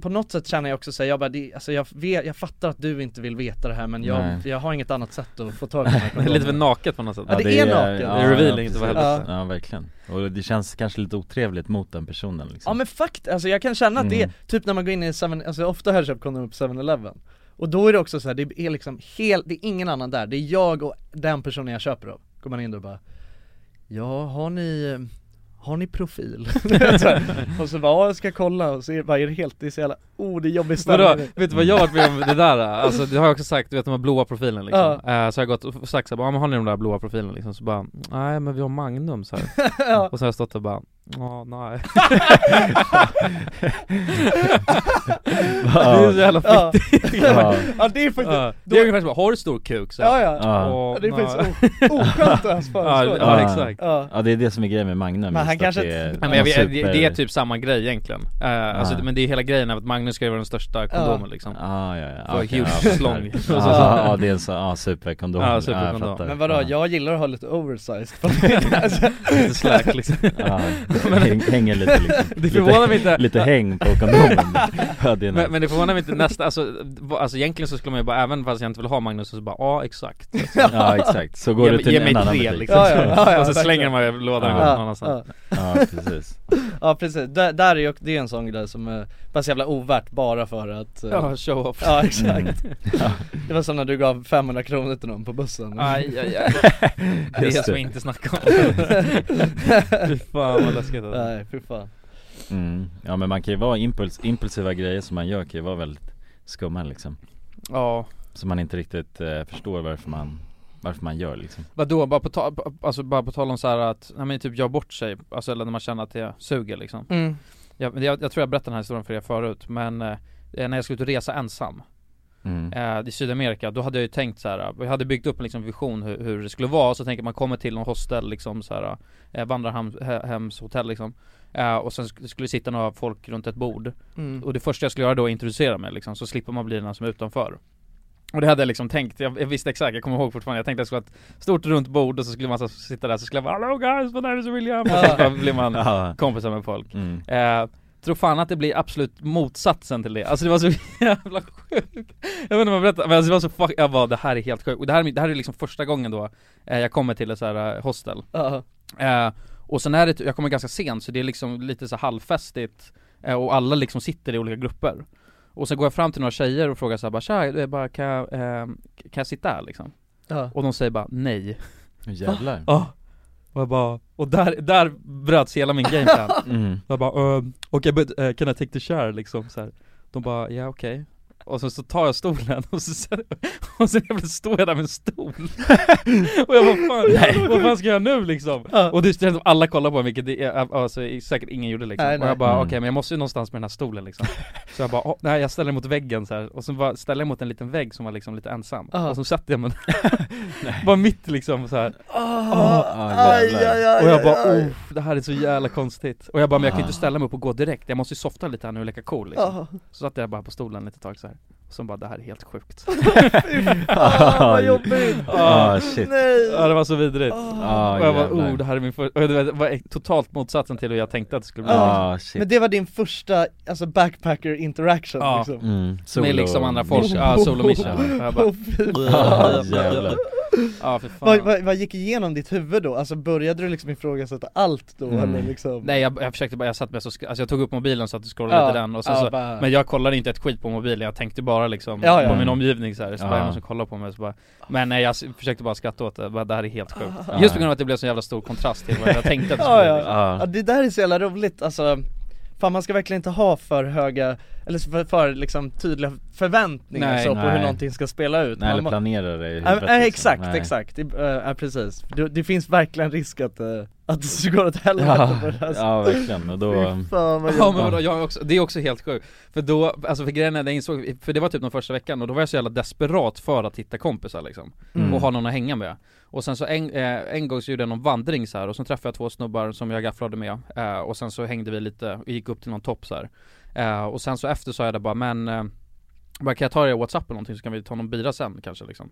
Speaker 6: På något sätt känner jag också såhär, jag bara, det, alltså jag, vet, jag fattar att du inte vill veta det här men jag,
Speaker 1: Nej.
Speaker 6: jag har inget annat sätt att få tag på de här
Speaker 1: Det är lite för naket på något sätt.
Speaker 6: Ja, det, är, naket
Speaker 1: Det är revealing, inte vad
Speaker 8: precis.
Speaker 1: helvete.
Speaker 8: Ja verkligen, och det känns kanske lite otrevligt mot den personen liksom
Speaker 6: Ja men fakt, alltså jag kan känna att det är,
Speaker 8: Mm.
Speaker 6: typ när man går in i 7, alltså ofta har jag köpt kondomer på 7-Eleven Och då är det också så här, det är liksom helt, det är ingen annan där, det är jag och den personen jag köper av Går man in då och bara Ja, har ni, har ni profil? Så här. och så bara, ja jag ska kolla och så är, bara, är det helt, det är så jävla, oh det är jobbig
Speaker 1: Vadå,
Speaker 6: stämning
Speaker 1: vet du vad jag har varit med om det där? Alltså det har jag också sagt, du vet de här blåa profilen liksom Eh, Så jag har gått och sagt såhär, ja men har ni de där blåa profilen liksom? Så bara, nej men vi har Magnum så här. Och så har jag stått och bara, ja nej Det är så jävla
Speaker 6: Ja.
Speaker 1: fittigt
Speaker 6: Ja. Ja, det är faktiskt-
Speaker 1: Ja. Det är ungefär som, bara, har du stor kuk? Så här.
Speaker 6: Ja, ja.
Speaker 1: Åh,
Speaker 6: Ja, det är faktiskt
Speaker 1: nej.
Speaker 6: o- oskönt att ens föreslå
Speaker 1: Ja, ja exakt
Speaker 8: ja. det är det som är grejen med Magnum
Speaker 6: Men
Speaker 8: just
Speaker 6: han
Speaker 8: att
Speaker 6: kanske
Speaker 8: det är,
Speaker 1: Nej, men jag, vet- det,
Speaker 8: super-
Speaker 1: det är typ samma grej egentligen, Eh, alltså, men det är hela grejen av att Magnus ska vara den största kondomen liksom
Speaker 8: Ah, Ja, ja, ja.
Speaker 1: För
Speaker 8: Okej,
Speaker 1: huge
Speaker 8: ja,
Speaker 1: slong
Speaker 8: Ja, ja, ja, det är en sån, ja superkondom
Speaker 1: Ja,
Speaker 8: jag
Speaker 1: superkondom.
Speaker 8: fattar.
Speaker 6: Men vadå, jag gillar att ha lite oversized på
Speaker 1: Lite slack, liksom.
Speaker 8: Ja. Häng, hänger lite liksom,
Speaker 1: Det förvånar
Speaker 8: lite,
Speaker 1: mig inte
Speaker 8: Lite häng på kondomen Hade jag
Speaker 1: men, men det förvånar mig inte nästa, alltså, va- alltså egentligen så skulle man ju bara, även fast jag inte vill ha Magnus, så bara ja exakt alltså.
Speaker 8: Ja, exakt. Så går
Speaker 1: Ge
Speaker 8: du
Speaker 1: mig-
Speaker 8: till
Speaker 1: ge
Speaker 8: en
Speaker 1: mig
Speaker 8: annan
Speaker 1: tre,
Speaker 8: butik.
Speaker 1: liksom.
Speaker 8: Ja, ja, ja, ja,
Speaker 1: Och så slänger
Speaker 8: verkligen.
Speaker 1: man ju lådan
Speaker 8: Ja.
Speaker 1: ja. någon annanstans
Speaker 8: Ja, precis.
Speaker 6: Ja precis, där, där är ju det är en sån grej som är bara så jävla ovärt bara för att eh,
Speaker 1: Ja, show off.
Speaker 6: Ja exakt
Speaker 1: Mm.
Speaker 6: Det var som när du gav 500 kronor till någon på bussen
Speaker 1: Aj, aj, aj. Det ska vi inte snacka om. Fy fan, vad läskigt, alltså.
Speaker 6: Nej fy fan
Speaker 8: Mm. Ja men man kan ju vara impuls, impulsiva grejer som man gör kan ju vara väldigt skumma liksom
Speaker 1: Ja
Speaker 8: Som man inte riktigt eh, förstår varför man, varför man gör liksom
Speaker 1: Vadå, bara på, ta- på- alltså bara på tal om så här att, nej men typ gör bort sig, alltså eller när man känner att det suger liksom
Speaker 6: Mm.
Speaker 1: jag, men jag, jag tror jag berättade den här historien för er förut, men eh, när jag skulle ut och resa ensam
Speaker 8: Mm.
Speaker 1: eh, i Sydamerika, då hade jag ju tänkt så här. eh, jag hade byggt upp en liksom, vision hur, hur det skulle vara, så tänker man kommer till någon hostel liksom så här, eh, vandrarhemshotell liksom eh, och sen sk- skulle det sitta några folk runt ett bord
Speaker 6: Mm.
Speaker 1: Och det första jag skulle göra då är att introducera mig liksom, så slipper man bli den här som är utanför och det hade jag liksom tänkt, jag, jag visste exakt, jag kommer ihåg fortfarande, jag tänkte att det skulle vara ett stort runt bord och så skulle man så, sitta där så skulle jag bara 'Hello guys, my name is William' och så bara blir man
Speaker 8: Ja.
Speaker 1: kompisar med folk
Speaker 8: Mm.
Speaker 1: eh, Tror fan att det blir absolut motsatsen till det, alltså det var så jävla sjukt Jag vet inte om jag berättar, men alltså det var så fuck, jag bara det här är helt sjukt, och det här, är min- det här är liksom första gången då eh, jag kommer till ett så här eh, hostel
Speaker 6: Ja.
Speaker 1: eh, Och sen är det, jag kommer ganska sent så det är liksom lite så här halvfestigt eh, och alla liksom sitter i olika grupper Och sen går jag fram till några tjejer och frågar så här, bara tja, det är bara, kan, jag, eh, kan jag sitta här liksom?
Speaker 6: Ja.
Speaker 1: Och de säger bara nej
Speaker 8: Jävlar.
Speaker 1: Ja, och jag bara, och där, där bröts hela min gameplan
Speaker 8: Mm.
Speaker 1: Jag bara, um, okej, but uh, can I take the chair liksom så här. De bara, ja okej Och sen så tar jag stolen och så, och sen jävla står jag där med en stol Och jag bara, fan, vad fan ska jag göra nu liksom? Och det känns som alla kollar på mig, vilket det är, alltså, säkert ingen gjorde liksom
Speaker 6: Nej,
Speaker 1: Och
Speaker 6: nej.
Speaker 1: jag bara,
Speaker 6: Mm.
Speaker 1: okej men jag måste ju någonstans med den här stolen liksom Så jag bara, "Åh, nej jag ställer mig mot väggen så här. och sen bara ställer jag mot en liten vägg som var liksom lite ensam
Speaker 6: Ja.
Speaker 1: Och så satte jag mig bara mitt liksom så här.
Speaker 6: Ah, aj, aj, aj,
Speaker 1: och jag bara
Speaker 6: aj, Ah. aj.
Speaker 1: oh, det här är så jävla konstigt Och jag bara, men jag kan ju inte ställa mig upp och gå direkt Jag måste ju softa lite här nu och leka cool liksom.
Speaker 6: Ja.
Speaker 1: Så satt jag bara på stolen lite tag så här. Och sen bara, det här är helt sjukt
Speaker 8: Ah,
Speaker 6: fan, vad jobbigt.
Speaker 1: Ja.
Speaker 6: Ah, shit. Nej.
Speaker 1: Ja det var så vidrigt
Speaker 6: Ah.
Speaker 1: Och jag bara,
Speaker 6: Jävlar.
Speaker 1: oh det här är min första, och det var totalt motsatsen till hur jag tänkte att det skulle bli
Speaker 6: Ja. Ah. Men det var din första, alltså backpacker interaction
Speaker 1: Ja.
Speaker 6: liksom
Speaker 1: Mm. Med liksom andra folk, ja solo mission Jag bara-
Speaker 6: Åh, fy fan.
Speaker 1: Ja, jävlar. Ja, för Ah, fan.
Speaker 6: Vad, vad, vad gick igenom ditt huvud då? Alltså började du liksom ifrågasätta allt då eller liksom?
Speaker 1: Nej jag, jag försökte bara, jag satt med så, sk- alltså jag tog upp mobilen så att du scrollade
Speaker 6: Ja,
Speaker 1: lite den och sen
Speaker 6: ja,
Speaker 1: så,
Speaker 6: Ah. bara-
Speaker 1: Men jag kollade inte ett skit på mobilen, jag tänkte bara liksom
Speaker 6: Ja, ja.
Speaker 1: på min omgivning så här. så bara
Speaker 6: Ja.
Speaker 1: någon som kollar på mig så bara Men nej jag s- försökte bara skratta åt det, bara, det här är helt sjukt
Speaker 6: Ja.
Speaker 1: Just på grund av att det blev så jävla stor kontrast till vad jag tänkte att det skulle
Speaker 6: Ah. ja,
Speaker 1: bli
Speaker 6: ja.
Speaker 1: liksom.
Speaker 6: Ja. det där är så jävla roligt alltså Fan man ska verkligen inte ha för höga, eller för, för liksom tydliga förväntningar
Speaker 8: Nej,
Speaker 6: så på hur
Speaker 8: nej.
Speaker 6: någonting ska spela ut
Speaker 8: Nej, eller
Speaker 6: Man-
Speaker 8: planera det i
Speaker 6: Ja,
Speaker 8: huvudet,
Speaker 6: men, eh,
Speaker 8: liksom.
Speaker 6: Exakt,
Speaker 8: Nej.
Speaker 6: exakt, det, eh, ja, precis. Det, det finns verkligen risk att, eh, att det går åt helvete
Speaker 8: Ja,
Speaker 6: på det här
Speaker 8: ja,
Speaker 6: sättet.
Speaker 8: verkligen. Och då-
Speaker 6: Fy fan vad
Speaker 1: Ja
Speaker 6: jobbigt.
Speaker 1: men vadå, jag är också, det är också helt sjukt För då, alltså för grejen är, jag insåg, för det var typ den första veckan och då var jag så jävla desperat för att hitta kompisar liksom
Speaker 6: Mm.
Speaker 1: Och ha någon att hänga med Och sen så en, eh, en gång så gjorde jag någon vandring så här och så träffade jag två snubbar som jag gafflade med eh, Och sen så hängde vi lite, och gick upp till någon topp så här. Eh, Och sen så efter sa jag det bara men eh, bara, kan jag ta er whatsapp eller någonting så kan vi ta någon bira sen kanske liksom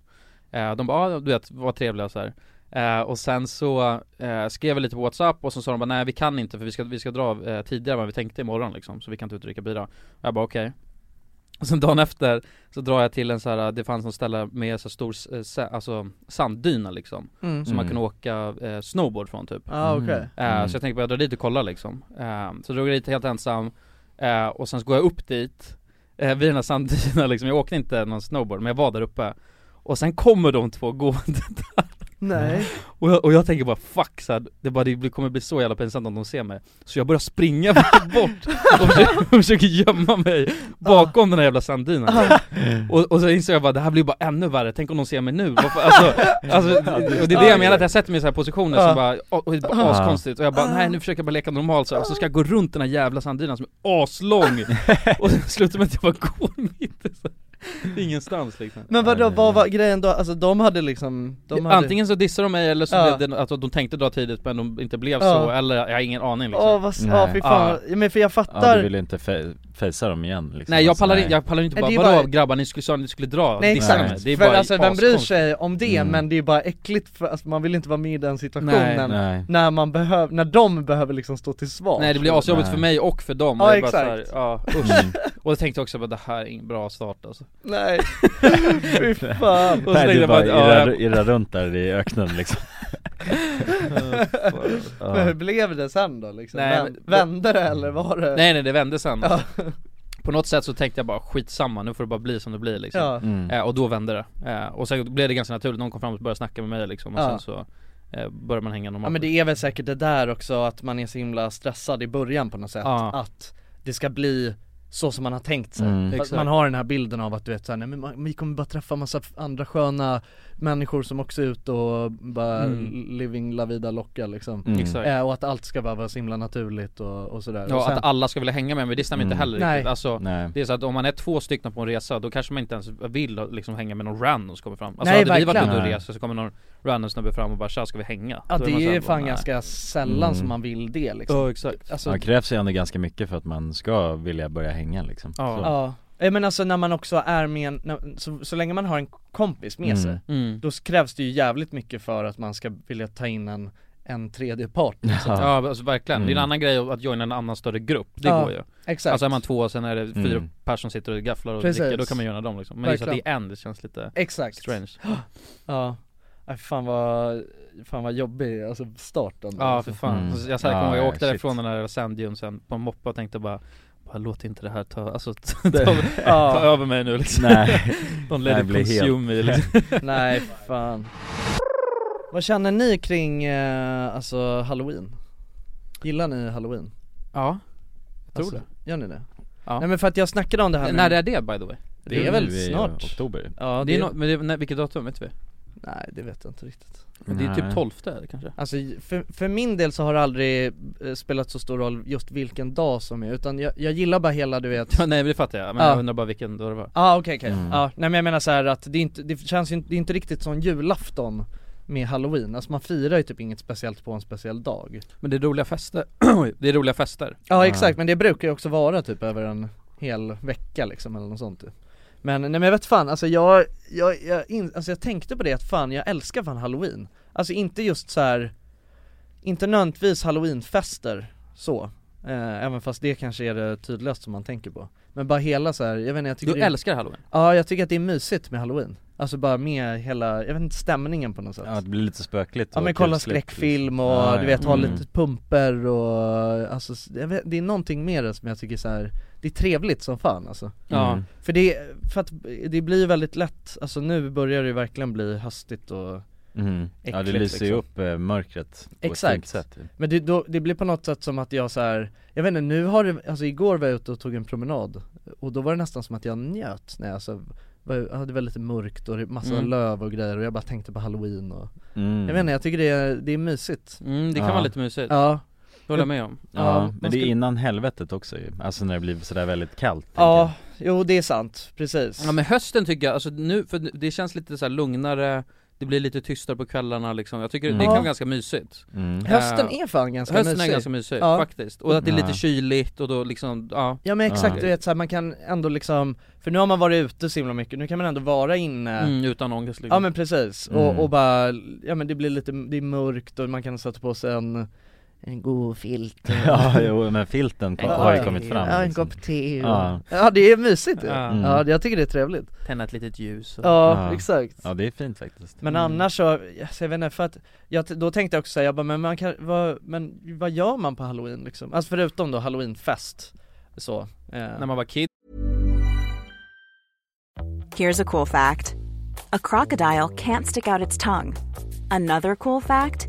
Speaker 1: eh, De bara, ja du vet, var trevliga så här. Eh, och sen så eh, skrev jag lite på whatsapp och så sa de bara nej vi kan inte för vi ska, vi ska dra eh, tidigare än vad vi tänkte imorgon liksom så vi kan inte ut och dricka bira och Jag bara okej Och sen dagen efter så drar jag till en så här, det fanns något ställe med så här stor eh, sa- alltså sanddyna liksom
Speaker 6: Mm.
Speaker 1: Som man
Speaker 6: Mm.
Speaker 1: kunde åka eh, snowboard från typ
Speaker 6: Ah, okej.
Speaker 1: Eh,
Speaker 6: Mm.
Speaker 1: Så jag tänkte bara jag drar dit och kollar liksom eh, Så drog jag dit helt ensam eh, Och sen så går jag upp dit eh, Vid den här sanddynan liksom, jag åkte inte någon snowboard men jag var där uppe Och sen kommer de två gående där
Speaker 6: Nej.
Speaker 1: och jag, och jag tänker bara fuck så här, det, bara, det blir- kommer bli så jävla pinsamt om de ser mig Så jag börjar springa bort och försöker, och försöker gömma mig bakom den här jävla sanddynan och, och så insåg jag bara det här blir bara ännu värre, tänk om de ser mig nu Varför, alltså, alltså, och det är det jag menar att jag sätter mig i så här positioner
Speaker 6: Ja.
Speaker 1: som bara, och, och det är bara
Speaker 6: Ja.
Speaker 1: askonstigt Och jag bara nej nu försöker jag bara leka normal så här, och så ska jag gå runt den här jävla sanddynan som är aslång Och så slutar med att jag bara går mitt i så här, ingenstans liksom
Speaker 6: Men vadå, vad var grejen då? Alltså de hade liksom, de hade...
Speaker 1: Antingen så dissar de mig eller så
Speaker 6: Ja.
Speaker 1: blev det att de tänkte dra tidigt men de inte blev
Speaker 6: Ja.
Speaker 1: så, eller jag har ingen aning liksom
Speaker 6: Åh vad, s- ja
Speaker 8: Nej. Ah.
Speaker 6: fy fan,
Speaker 1: Ja.
Speaker 6: ja. men för jag
Speaker 8: Ja,
Speaker 6: fattar
Speaker 8: du vill inte fe- fejsa dem igen liksom.
Speaker 1: Nej jag
Speaker 8: Alltså,
Speaker 1: pallar, jag pallar inte
Speaker 6: Nej,
Speaker 1: bara,
Speaker 6: det är
Speaker 1: vadå
Speaker 6: bara-
Speaker 1: grabbar ni skulle, sa ni skulle dra
Speaker 6: Nej
Speaker 1: dissa mig.
Speaker 6: exakt,
Speaker 1: det är
Speaker 6: för
Speaker 1: bara
Speaker 6: alltså vem bryr
Speaker 1: askonstigt.
Speaker 6: sig om det?
Speaker 1: Mm.
Speaker 6: Men det är bara äckligt för alltså, man vill inte vara med i den situationen
Speaker 8: nej.
Speaker 6: när man behöver, när de behöver liksom stå till svars
Speaker 1: Nej det blir asjobbigt för mig och för dem,
Speaker 6: Ja,
Speaker 1: Och jag bara
Speaker 6: exakt.
Speaker 1: så här, ja, usch. Och jag tänkte också bara det här är ingen bra start alltså
Speaker 6: Nej, fy fan
Speaker 1: Och så
Speaker 8: Nej,
Speaker 1: tänkte
Speaker 8: du
Speaker 1: jag
Speaker 8: bara
Speaker 1: bara, ja,
Speaker 8: irrar
Speaker 1: jag-
Speaker 8: irrar runt där i öknen liksom
Speaker 6: Men hur blev det sen då liksom?
Speaker 1: Nej,
Speaker 6: Vän-
Speaker 1: men-
Speaker 6: Vände det eller var det?
Speaker 1: Nej nej det vände sen alltså.
Speaker 6: Ja.
Speaker 1: På något sätt så tänkte jag bara skitsamma, nu får det bara bli som det blir liksom
Speaker 6: Ja.
Speaker 8: Mm.
Speaker 1: eh, Och då vände det, eh, och sen blev det ganska naturligt, någon kom fram och började snacka med mig liksom och
Speaker 6: Ja.
Speaker 1: sen så eh, började man hänga normalt
Speaker 6: Ja men det är väl säkert det där också att man är så himla stressad i början på något sätt
Speaker 1: Ja.
Speaker 6: Att det ska bli så som man har tänkt sig
Speaker 8: Mm.
Speaker 6: Att Man har den här bilden av att du vet såhär, nej men man, vi kommer bara träffa massa f- andra sköna människor som också är ute och bara
Speaker 1: Mm.
Speaker 6: living la vida locka liksom
Speaker 8: Mm.
Speaker 1: Exakt
Speaker 6: eh, Och att allt ska bara vara så himla naturligt och, och sådär och
Speaker 1: Ja
Speaker 6: sen,
Speaker 1: att alla ska vilja hänga med mig, det stämmer inte
Speaker 8: Mm.
Speaker 1: heller
Speaker 6: Nej.
Speaker 1: riktigt alltså,
Speaker 8: Nej
Speaker 1: Det är så att om man är två stycken på en resa, då kanske man inte ens vill liksom hänga med någon random som kommer fram Alltså
Speaker 6: Nej,
Speaker 1: hade vi varit
Speaker 6: verkligen.
Speaker 1: ute och
Speaker 8: Nej.
Speaker 1: rest så kommer någon random snubbe fram och bara 'tja ska vi hänga?'
Speaker 6: Ja
Speaker 1: Då
Speaker 6: det
Speaker 1: man så
Speaker 6: är
Speaker 1: här,
Speaker 6: ju
Speaker 1: bara,
Speaker 6: fan
Speaker 1: "Nej."
Speaker 6: ganska sällan
Speaker 8: Mm.
Speaker 6: som man vill det liksom
Speaker 1: Ja exakt
Speaker 6: Alltså,
Speaker 8: Ja, Det krävs ju ändå ganska mycket för att man ska vilja börja hänga liksom
Speaker 1: Ja.
Speaker 8: Så.
Speaker 6: ja Eh, men alltså när man också är med en, när, så, så länge man har en kompis med
Speaker 8: Mm.
Speaker 6: sig
Speaker 1: mm.
Speaker 6: då krävs det ju jävligt mycket för att man ska vilja ta in en, en tredje part
Speaker 1: Ja,
Speaker 8: Ja.
Speaker 1: alltså verkligen, det är en
Speaker 8: Mm.
Speaker 1: annan grej att joina en annan större grupp, det
Speaker 6: Ja,
Speaker 1: går ju
Speaker 6: Exakt
Speaker 1: Alltså är man två och sen är det fyra
Speaker 8: Mm.
Speaker 1: personer som sitter och gafflar och
Speaker 6: Precis.
Speaker 1: dricker, då kan man joina dem liksom Men just att det
Speaker 6: Verkligen.
Speaker 1: är en, det känns lite
Speaker 6: Exakt
Speaker 1: strange
Speaker 6: Ja, Aj, fan vad, fan vad jobbig alltså starten
Speaker 1: Ja för fan, Alltså,
Speaker 8: Mm.
Speaker 1: jag så här,
Speaker 8: Ja,
Speaker 1: kommer ihåg, jag
Speaker 8: ja,
Speaker 1: åkte
Speaker 8: shit.
Speaker 1: därifrån den där sanddun sen på en moppe och tänkte bara bara, Låt inte det här ta, alltså, ta, ta, ta över mig nu liksom
Speaker 8: Nej,
Speaker 1: De
Speaker 8: Nej,
Speaker 1: let
Speaker 8: det blir
Speaker 1: it
Speaker 8: helt-
Speaker 1: consume me liksom.
Speaker 6: Nej fan Vad känner ni kring, eh, alltså halloween? Gillar ni halloween?
Speaker 1: Ja, jag tror
Speaker 6: alltså, det Gör ni det?
Speaker 1: Ja.
Speaker 6: Nej men för att jag snackade om det här
Speaker 1: det
Speaker 6: med
Speaker 1: När är det by the way?
Speaker 6: Det är väl
Speaker 8: nu i
Speaker 6: snart.
Speaker 8: oktober
Speaker 6: Ja
Speaker 1: det är nå- men det, när, vilket datum vet vi?
Speaker 6: Nej det vet jag inte riktigt
Speaker 1: Men det är typ
Speaker 8: Nej.
Speaker 1: 12 kanske?
Speaker 6: Alltså för, för min del så har det aldrig eh, spelat så stor roll just vilken dag som är utan jag, jag gillar bara hela du vet
Speaker 1: Ja, nej men det fattar jag, men
Speaker 6: Ja.
Speaker 1: jag undrar bara vilken då det var
Speaker 6: Ja ah, okej okej,
Speaker 8: Mm.
Speaker 6: ja, nej men jag menar så här att det, är inte, det känns ju inte, det är inte riktigt som julafton med halloween, alltså man firar ju typ inget speciellt på en speciell dag
Speaker 1: Men det är roliga fester, det är roliga fester
Speaker 6: Ja exakt, men det brukar ju också vara typ över en hel vecka liksom eller något sånt typ. Men nej men jag vet fan, alltså jag, jag, jag, in, alltså jag tänkte på det att fan jag älskar fan halloween Alltså inte just så här inte nödvändigtvis halloweenfester så, eh, även fast det kanske är det tydligaste som man tänker på Men bara hela så här, jag vet inte jag tycker
Speaker 1: Du
Speaker 6: det är-
Speaker 1: älskar halloween?
Speaker 6: Ja, jag tycker att det är mysigt med halloween Alltså bara med hela, jag vet inte, stämningen på något sätt
Speaker 8: Ja, det blir lite spökligt
Speaker 6: Ja
Speaker 8: och
Speaker 6: men kolla
Speaker 8: kusligt, liksom.
Speaker 6: skräckfilm och
Speaker 8: Ja,
Speaker 6: du
Speaker 8: ja.
Speaker 6: vet ha
Speaker 8: Mm.
Speaker 6: lite pumper och alltså, s- jag vet, det är någonting med det som jag tycker så här. det är trevligt som fan alltså
Speaker 1: Ja,
Speaker 8: Mm.
Speaker 6: För det, för att det blir ju väldigt lätt, alltså nu börjar det ju verkligen bli höstigt och
Speaker 8: Mm. Ja det
Speaker 6: Äckligt,
Speaker 8: lyser ju
Speaker 6: liksom.
Speaker 8: upp eh, mörkret på
Speaker 6: Exakt.
Speaker 8: ett fint sätt ju.
Speaker 6: Men det, då, det blir på något sätt som att jag så här. jag vet inte, nu har det, alltså igår var jag ute och tog en promenad Och då var det nästan som att jag njöt när jag alltså var, jag hade väldigt mörkt och det- massa
Speaker 1: Mm.
Speaker 6: löv och grejer och jag bara tänkte på halloween och
Speaker 8: mm.
Speaker 6: Jag vet inte, jag tycker det är, det är mysigt
Speaker 1: mm, det kan
Speaker 8: Ja.
Speaker 1: vara lite mysigt, det
Speaker 6: Ja,
Speaker 1: håller jag med om
Speaker 6: Ja,
Speaker 8: Ja,
Speaker 6: man
Speaker 8: men det
Speaker 6: skulle-
Speaker 8: är innan helvetet också ju, alltså när det blir sådär väldigt kallt tänker
Speaker 6: ja, jo det är sant, precis
Speaker 1: Ja men hösten tycker jag, alltså nu, för det känns lite så här lugnare Det blir lite tystare på kvällarna liksom, jag tycker
Speaker 8: Mm.
Speaker 1: det kan
Speaker 6: Ja.
Speaker 1: vara ganska mysigt
Speaker 8: jag. Mm.
Speaker 6: Hösten
Speaker 1: Eh,
Speaker 6: är fan ganska
Speaker 1: Hösten
Speaker 6: mysig
Speaker 1: är ganska mysig
Speaker 6: Ja.
Speaker 1: faktiskt, och att det är lite
Speaker 8: Ja.
Speaker 1: kyligt och då liksom, ja
Speaker 6: Ja men exakt,
Speaker 8: Ja.
Speaker 6: du vet så här, man kan ändå liksom, för nu har man varit ute så himla mycket, nu kan man ändå vara inne
Speaker 1: mm, utan ångest liksom.
Speaker 6: Ja men precis,
Speaker 8: Mm.
Speaker 6: och, och bara, ja men det blir lite, det är mörkt och man kan sätta på sig en En god filt
Speaker 8: Ja jo, men filten kom,
Speaker 6: Ja,
Speaker 8: har ju
Speaker 6: ja.
Speaker 8: kommit fram
Speaker 6: Ja en
Speaker 8: liksom.
Speaker 6: kopp te och... ja.
Speaker 8: Ja.
Speaker 6: det är mysigt ju.
Speaker 1: Ja.
Speaker 6: ja.
Speaker 8: Mm.
Speaker 6: det- jag tycker det är trevligt
Speaker 1: tända ett litet ljus och...
Speaker 6: Ja,
Speaker 8: Ja.
Speaker 6: exakt
Speaker 8: ja det är fint faktiskt
Speaker 6: Men
Speaker 1: Mm.
Speaker 6: annars så, alltså jag vet inte, för att, jag, t- då tänkte jag också säga, jag bara, men man kan, vad, men vad gör man på halloween liksom? Alltså förutom då halloweenfest, så eh.
Speaker 1: När man var kid
Speaker 9: Here's a cool fact a crocodile can't stick out its tongue. Another cool fact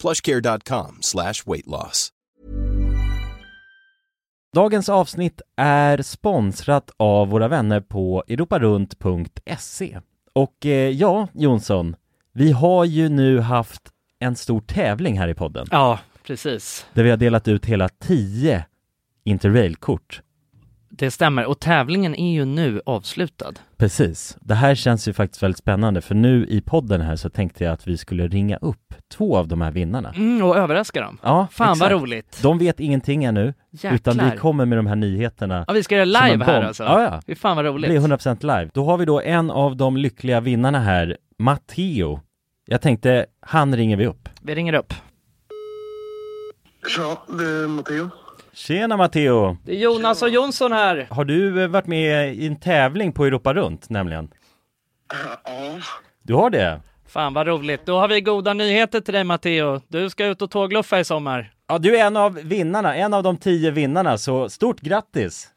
Speaker 10: plushcare.com slash weight loss.
Speaker 3: Dagens avsnitt är sponsrat av våra vänner på europarunt.se. Och eh, ja, Jonsson, vi har ju nu haft en stor tävling här i podden.
Speaker 6: Ja, precis.
Speaker 3: Där vi har delat ut hela 10 Interrail-kort.
Speaker 6: Det stämmer, och tävlingen är ju nu avslutad.
Speaker 3: Precis. Det här känns ju faktiskt väldigt spännande för nu i podden här så tänkte jag att vi skulle ringa upp två av de här vinnarna.
Speaker 6: Mm, och överraska dem.
Speaker 3: Ja,
Speaker 6: Fan vad
Speaker 3: exakt.
Speaker 6: roligt.
Speaker 3: De vet ingenting ännu,
Speaker 6: Jäklar.
Speaker 3: utan vi kommer med de här nyheterna.
Speaker 6: Ja, vi ska göra
Speaker 3: som en
Speaker 6: live här
Speaker 3: bomb.
Speaker 6: alltså.
Speaker 3: Ja, ja.
Speaker 6: Fy fan vad
Speaker 3: Det
Speaker 6: roligt.
Speaker 3: blir 100% live. Då har vi då en av de lyckliga vinnarna här, Matteo. Jag tänkte, han ringer vi upp.
Speaker 6: Vi ringer upp.
Speaker 11: Ja, det är Matteo.
Speaker 3: Tjena Matteo!
Speaker 6: Det är Jonas och Jonsson här.
Speaker 3: Har du eh, varit med i en tävling på Europa runt nämligen?
Speaker 11: Ja.
Speaker 3: Du har det?
Speaker 6: Fan vad roligt. Då har vi goda nyheter till dig Matteo. Du ska ut och tågluffa i sommar.
Speaker 3: Ja, du är en av vinnarna, en av de tio vinnarna, så stort grattis!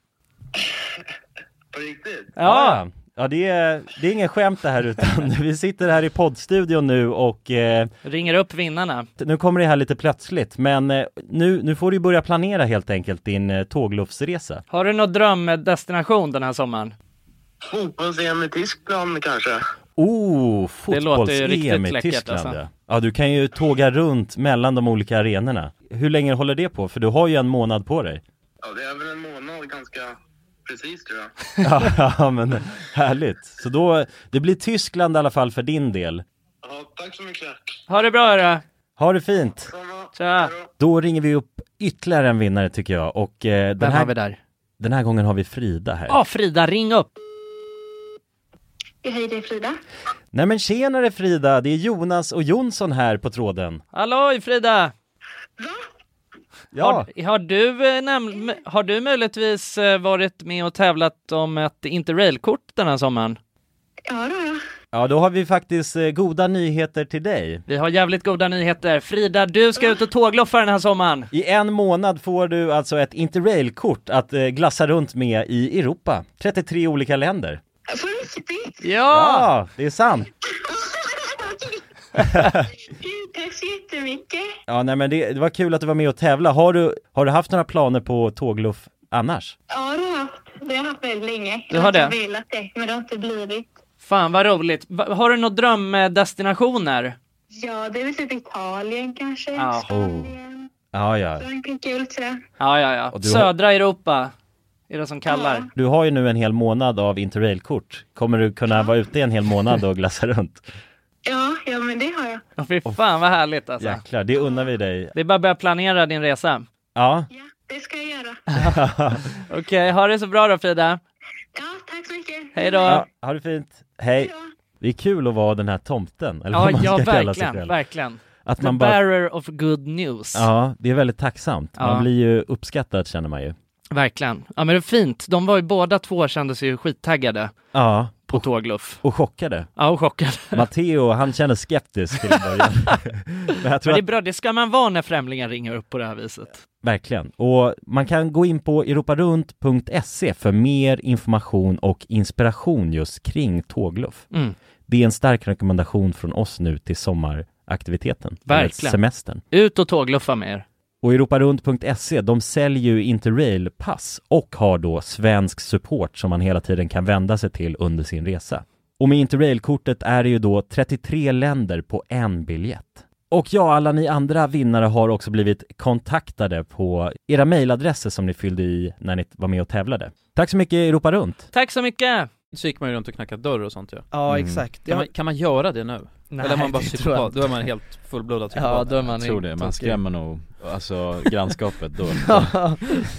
Speaker 3: Ja! Ja, det är, det är ingen skämt det här utan vi sitter här i poddstudion nu och eh,
Speaker 6: Ringer upp vinnarna.
Speaker 3: nu kommer det här lite plötsligt men eh, nu, nu får du ju börja planera helt enkelt din eh, tågluffsresa.
Speaker 6: Har du någon drömdestination den här sommaren?
Speaker 11: Fotbolls-EM i Tyskland kanske?
Speaker 3: Oh,
Speaker 6: Det låter ju
Speaker 3: fotbolls-EM
Speaker 6: riktigt
Speaker 3: i
Speaker 6: läckert,
Speaker 3: Tyskland
Speaker 6: alltså.
Speaker 3: ja. ja, du kan ju tåga runt mellan de olika arenorna. Hur länge håller det på? För du har ju en månad på dig.
Speaker 11: Ja, det är väl en månad ganska precis tror jag.
Speaker 3: Ja, ja, men härligt. Så då, det blir Tyskland i alla fall för din del.
Speaker 6: Ha det bra hörru.
Speaker 3: Ha det fint!
Speaker 6: Tja.
Speaker 3: Då ringer vi upp ytterligare en vinnare tycker jag och eh, den,
Speaker 6: Vem
Speaker 3: här,
Speaker 6: har vi där?
Speaker 3: den här gången har vi Frida här.
Speaker 6: Ja Frida, ring upp.
Speaker 12: Hej, det är Frida.
Speaker 3: Nej men tjenare Frida, det är Jonas och Jonsson här på tråden.
Speaker 6: Halloj Frida!
Speaker 3: Ja,
Speaker 6: Har, har, du, eh,
Speaker 12: Mm.
Speaker 6: näm- m- har du möjligtvis eh, varit med och tävlat om ett interrailkort den här sommaren?
Speaker 12: Ja, då, ja.
Speaker 3: ja då har vi faktiskt eh, goda nyheter till dig.
Speaker 6: Vi har jävligt goda nyheter. Frida, du ska ut och tågloffa den här sommaren.
Speaker 3: I en månad får du alltså ett interrailkort att eh, glassa runt med i Europa. 33 olika länder.
Speaker 12: På riktigt?
Speaker 3: Ja, det är sant.
Speaker 12: Tack så jättemycket.
Speaker 3: Ja, nej men det, det var kul att du var med och tävla. Har du, har du haft några planer på tågluff annars?
Speaker 12: Ja, det har jag haft. Det har jag haft väldigt länge.
Speaker 6: Du har
Speaker 12: Jag
Speaker 6: det?
Speaker 12: inte velat det, men det har inte blivit.
Speaker 6: Fan vad roligt. Va- Har du några drömdestinationer?
Speaker 12: Ja, det är väl typ Italien kanske.
Speaker 6: Ja.
Speaker 3: Oh. Ja, ja.
Speaker 12: Frankrike och sådär.
Speaker 6: Ja, ja, ja.
Speaker 3: Och du har-
Speaker 6: Södra Europa är det som kallar.
Speaker 3: Du har ju nu en hel månad av interrailkort. Kommer du kunna vara ute i en hel månad och glassa runt?
Speaker 12: Ja, ja, men det har jag.
Speaker 6: Åh, Fy fan vad härligt alltså.
Speaker 3: Jäklar, det unnar vi dig.
Speaker 6: Det är bara att börja planera din resa.
Speaker 3: Ja.
Speaker 12: Det ska jag göra.
Speaker 6: Okej, ha det så bra då Frida.
Speaker 12: Ja, tack så mycket.
Speaker 6: Hej då.
Speaker 3: ja, ha det fint. Hej. Det är kul att vara den här tomten, eller
Speaker 6: Ja,
Speaker 3: vad man
Speaker 6: ja
Speaker 3: ska kalla sig
Speaker 6: verkligen,
Speaker 3: själv.
Speaker 6: verkligen.
Speaker 3: Att
Speaker 6: The
Speaker 3: man bara-
Speaker 6: bearer of good news.
Speaker 3: Ja, det är väldigt tacksamt. Man
Speaker 6: Ja.
Speaker 3: blir ju uppskattad känner man ju.
Speaker 6: Verkligen. Ja men det är fint. De var ju båda två kände sig ju skittaggade
Speaker 3: Ja,
Speaker 6: på tågluff.
Speaker 3: och chockade.
Speaker 6: Ja och chockade.
Speaker 3: Matteo, han känner skeptisk till en början. Men jag
Speaker 6: Men
Speaker 3: tror
Speaker 6: det är
Speaker 3: att,
Speaker 6: bra, det ska man vara när främlingar ringer upp på det här viset.
Speaker 3: verkligen. Och man kan gå in på europarunt.se E för mer information och inspiration just kring tågluff.
Speaker 6: Mm.
Speaker 3: Det är en stark rekommendation från oss nu till sommaraktiviteten. eller
Speaker 6: Verkligen.
Speaker 3: Semestern.
Speaker 6: Ut och tågluffa med er.
Speaker 3: Och europarunt.se, E, de säljer ju Interrail-pass och har då svensk support som man hela tiden kan vända sig till under sin resa. Och med Interrail-kortet är det ju då 33 länder på en biljett. Och ja, alla ni andra vinnare har också blivit kontaktade på era mejladresser som ni fyllde i när ni var med och tävlade. Tack så mycket Europa Runt!
Speaker 6: Tack så mycket!
Speaker 1: så gick man ju runt och knackade dörr och sånt ju
Speaker 6: Ja, Mm. exakt.
Speaker 1: kan,
Speaker 6: Ja.
Speaker 1: man, kan man göra det nu?
Speaker 6: Nej,
Speaker 1: Eller är man bara
Speaker 6: det tror jag
Speaker 1: psykopat?
Speaker 6: inte.
Speaker 1: Då är man helt fullblodad psykopat
Speaker 6: Ja, då är man
Speaker 8: Jag tror det, man
Speaker 6: tokig.
Speaker 8: skrämmer nog, alltså grannskapet då
Speaker 6: Ja, ja,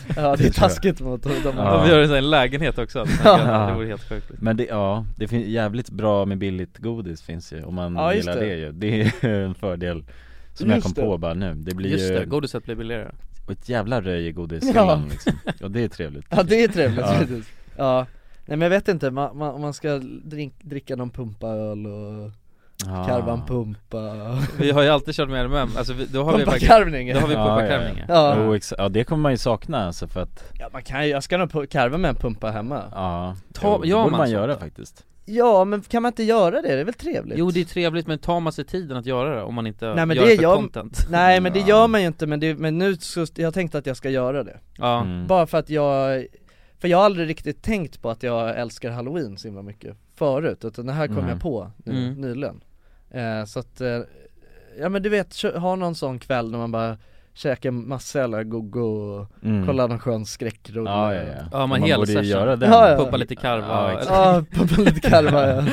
Speaker 6: det är
Speaker 8: tror jag.
Speaker 6: taskigt mot dem. De-
Speaker 1: De gör det i en lägenhet också, att man kan- det vore helt sjukt.
Speaker 8: Men det, ja, det finns jävligt bra med billigt godis finns ju om man
Speaker 1: Ja, just
Speaker 8: gillar det.
Speaker 1: det.
Speaker 8: ju Det är ju en fördel som jag
Speaker 1: Just
Speaker 8: kom
Speaker 1: det.
Speaker 8: på bara nu Det blir
Speaker 1: Just
Speaker 8: ju
Speaker 1: det, godiset blir billigare
Speaker 8: Och ett jävla röj i godishyllan
Speaker 6: Ja.
Speaker 8: liksom Och det är trevligt
Speaker 6: Ja det är trevligt
Speaker 8: Ja.
Speaker 6: faktiskt Ja, nej men jag vet inte, man, man, om man ska drink, dricka någon pumpaöl och
Speaker 1: Ja.
Speaker 6: karva en pumpa och-
Speaker 1: Vi har ju alltid kört med MM, alltså vi, då har vi faktiskt
Speaker 6: Pumpakarvning!
Speaker 1: Då har vi
Speaker 8: ja,
Speaker 1: pumparkarvning
Speaker 8: ja.
Speaker 6: Ja.
Speaker 8: Jo, exa- ja det kommer man ju sakna alltså för att
Speaker 6: Ja man kan ju, jag ska nog pu- karva med en pumpa hemma
Speaker 8: Ja,
Speaker 1: Ta-
Speaker 8: jo, det
Speaker 1: gör
Speaker 8: borde
Speaker 1: man
Speaker 8: man
Speaker 1: sånt
Speaker 8: göra
Speaker 1: då?
Speaker 8: faktiskt
Speaker 6: Ja men kan man inte göra det? Det är väl trevligt?
Speaker 1: Jo det är trevligt men tar man sig tiden att göra det om man inte
Speaker 6: nej, men
Speaker 1: gör
Speaker 6: det
Speaker 1: det för
Speaker 6: gör,
Speaker 1: content?
Speaker 6: Nej men det gör man ju inte men, det, men nu så, jag tänkte att jag ska göra det
Speaker 1: Ja. Mm.
Speaker 6: Bara för att jag, för jag har aldrig riktigt tänkt på att jag älskar halloween så himla mycket förut utan det här kom
Speaker 1: Nej.
Speaker 6: jag på nu,
Speaker 1: Mm.
Speaker 6: nyligen eh, Så att, eh, ja men du vet, kö- ha någon sån kväll när man bara käkar massa jävla gogo och
Speaker 8: Mm.
Speaker 6: kollar någon skön skräckrulle
Speaker 8: Ja, ja, ja.
Speaker 1: Ja, man
Speaker 8: Man
Speaker 1: hel
Speaker 8: borde ju
Speaker 1: session,
Speaker 8: göra den.
Speaker 1: pumpa lite karva
Speaker 8: Ja,
Speaker 1: eller-
Speaker 8: exakt.
Speaker 6: Ja, pumpa lite karva ja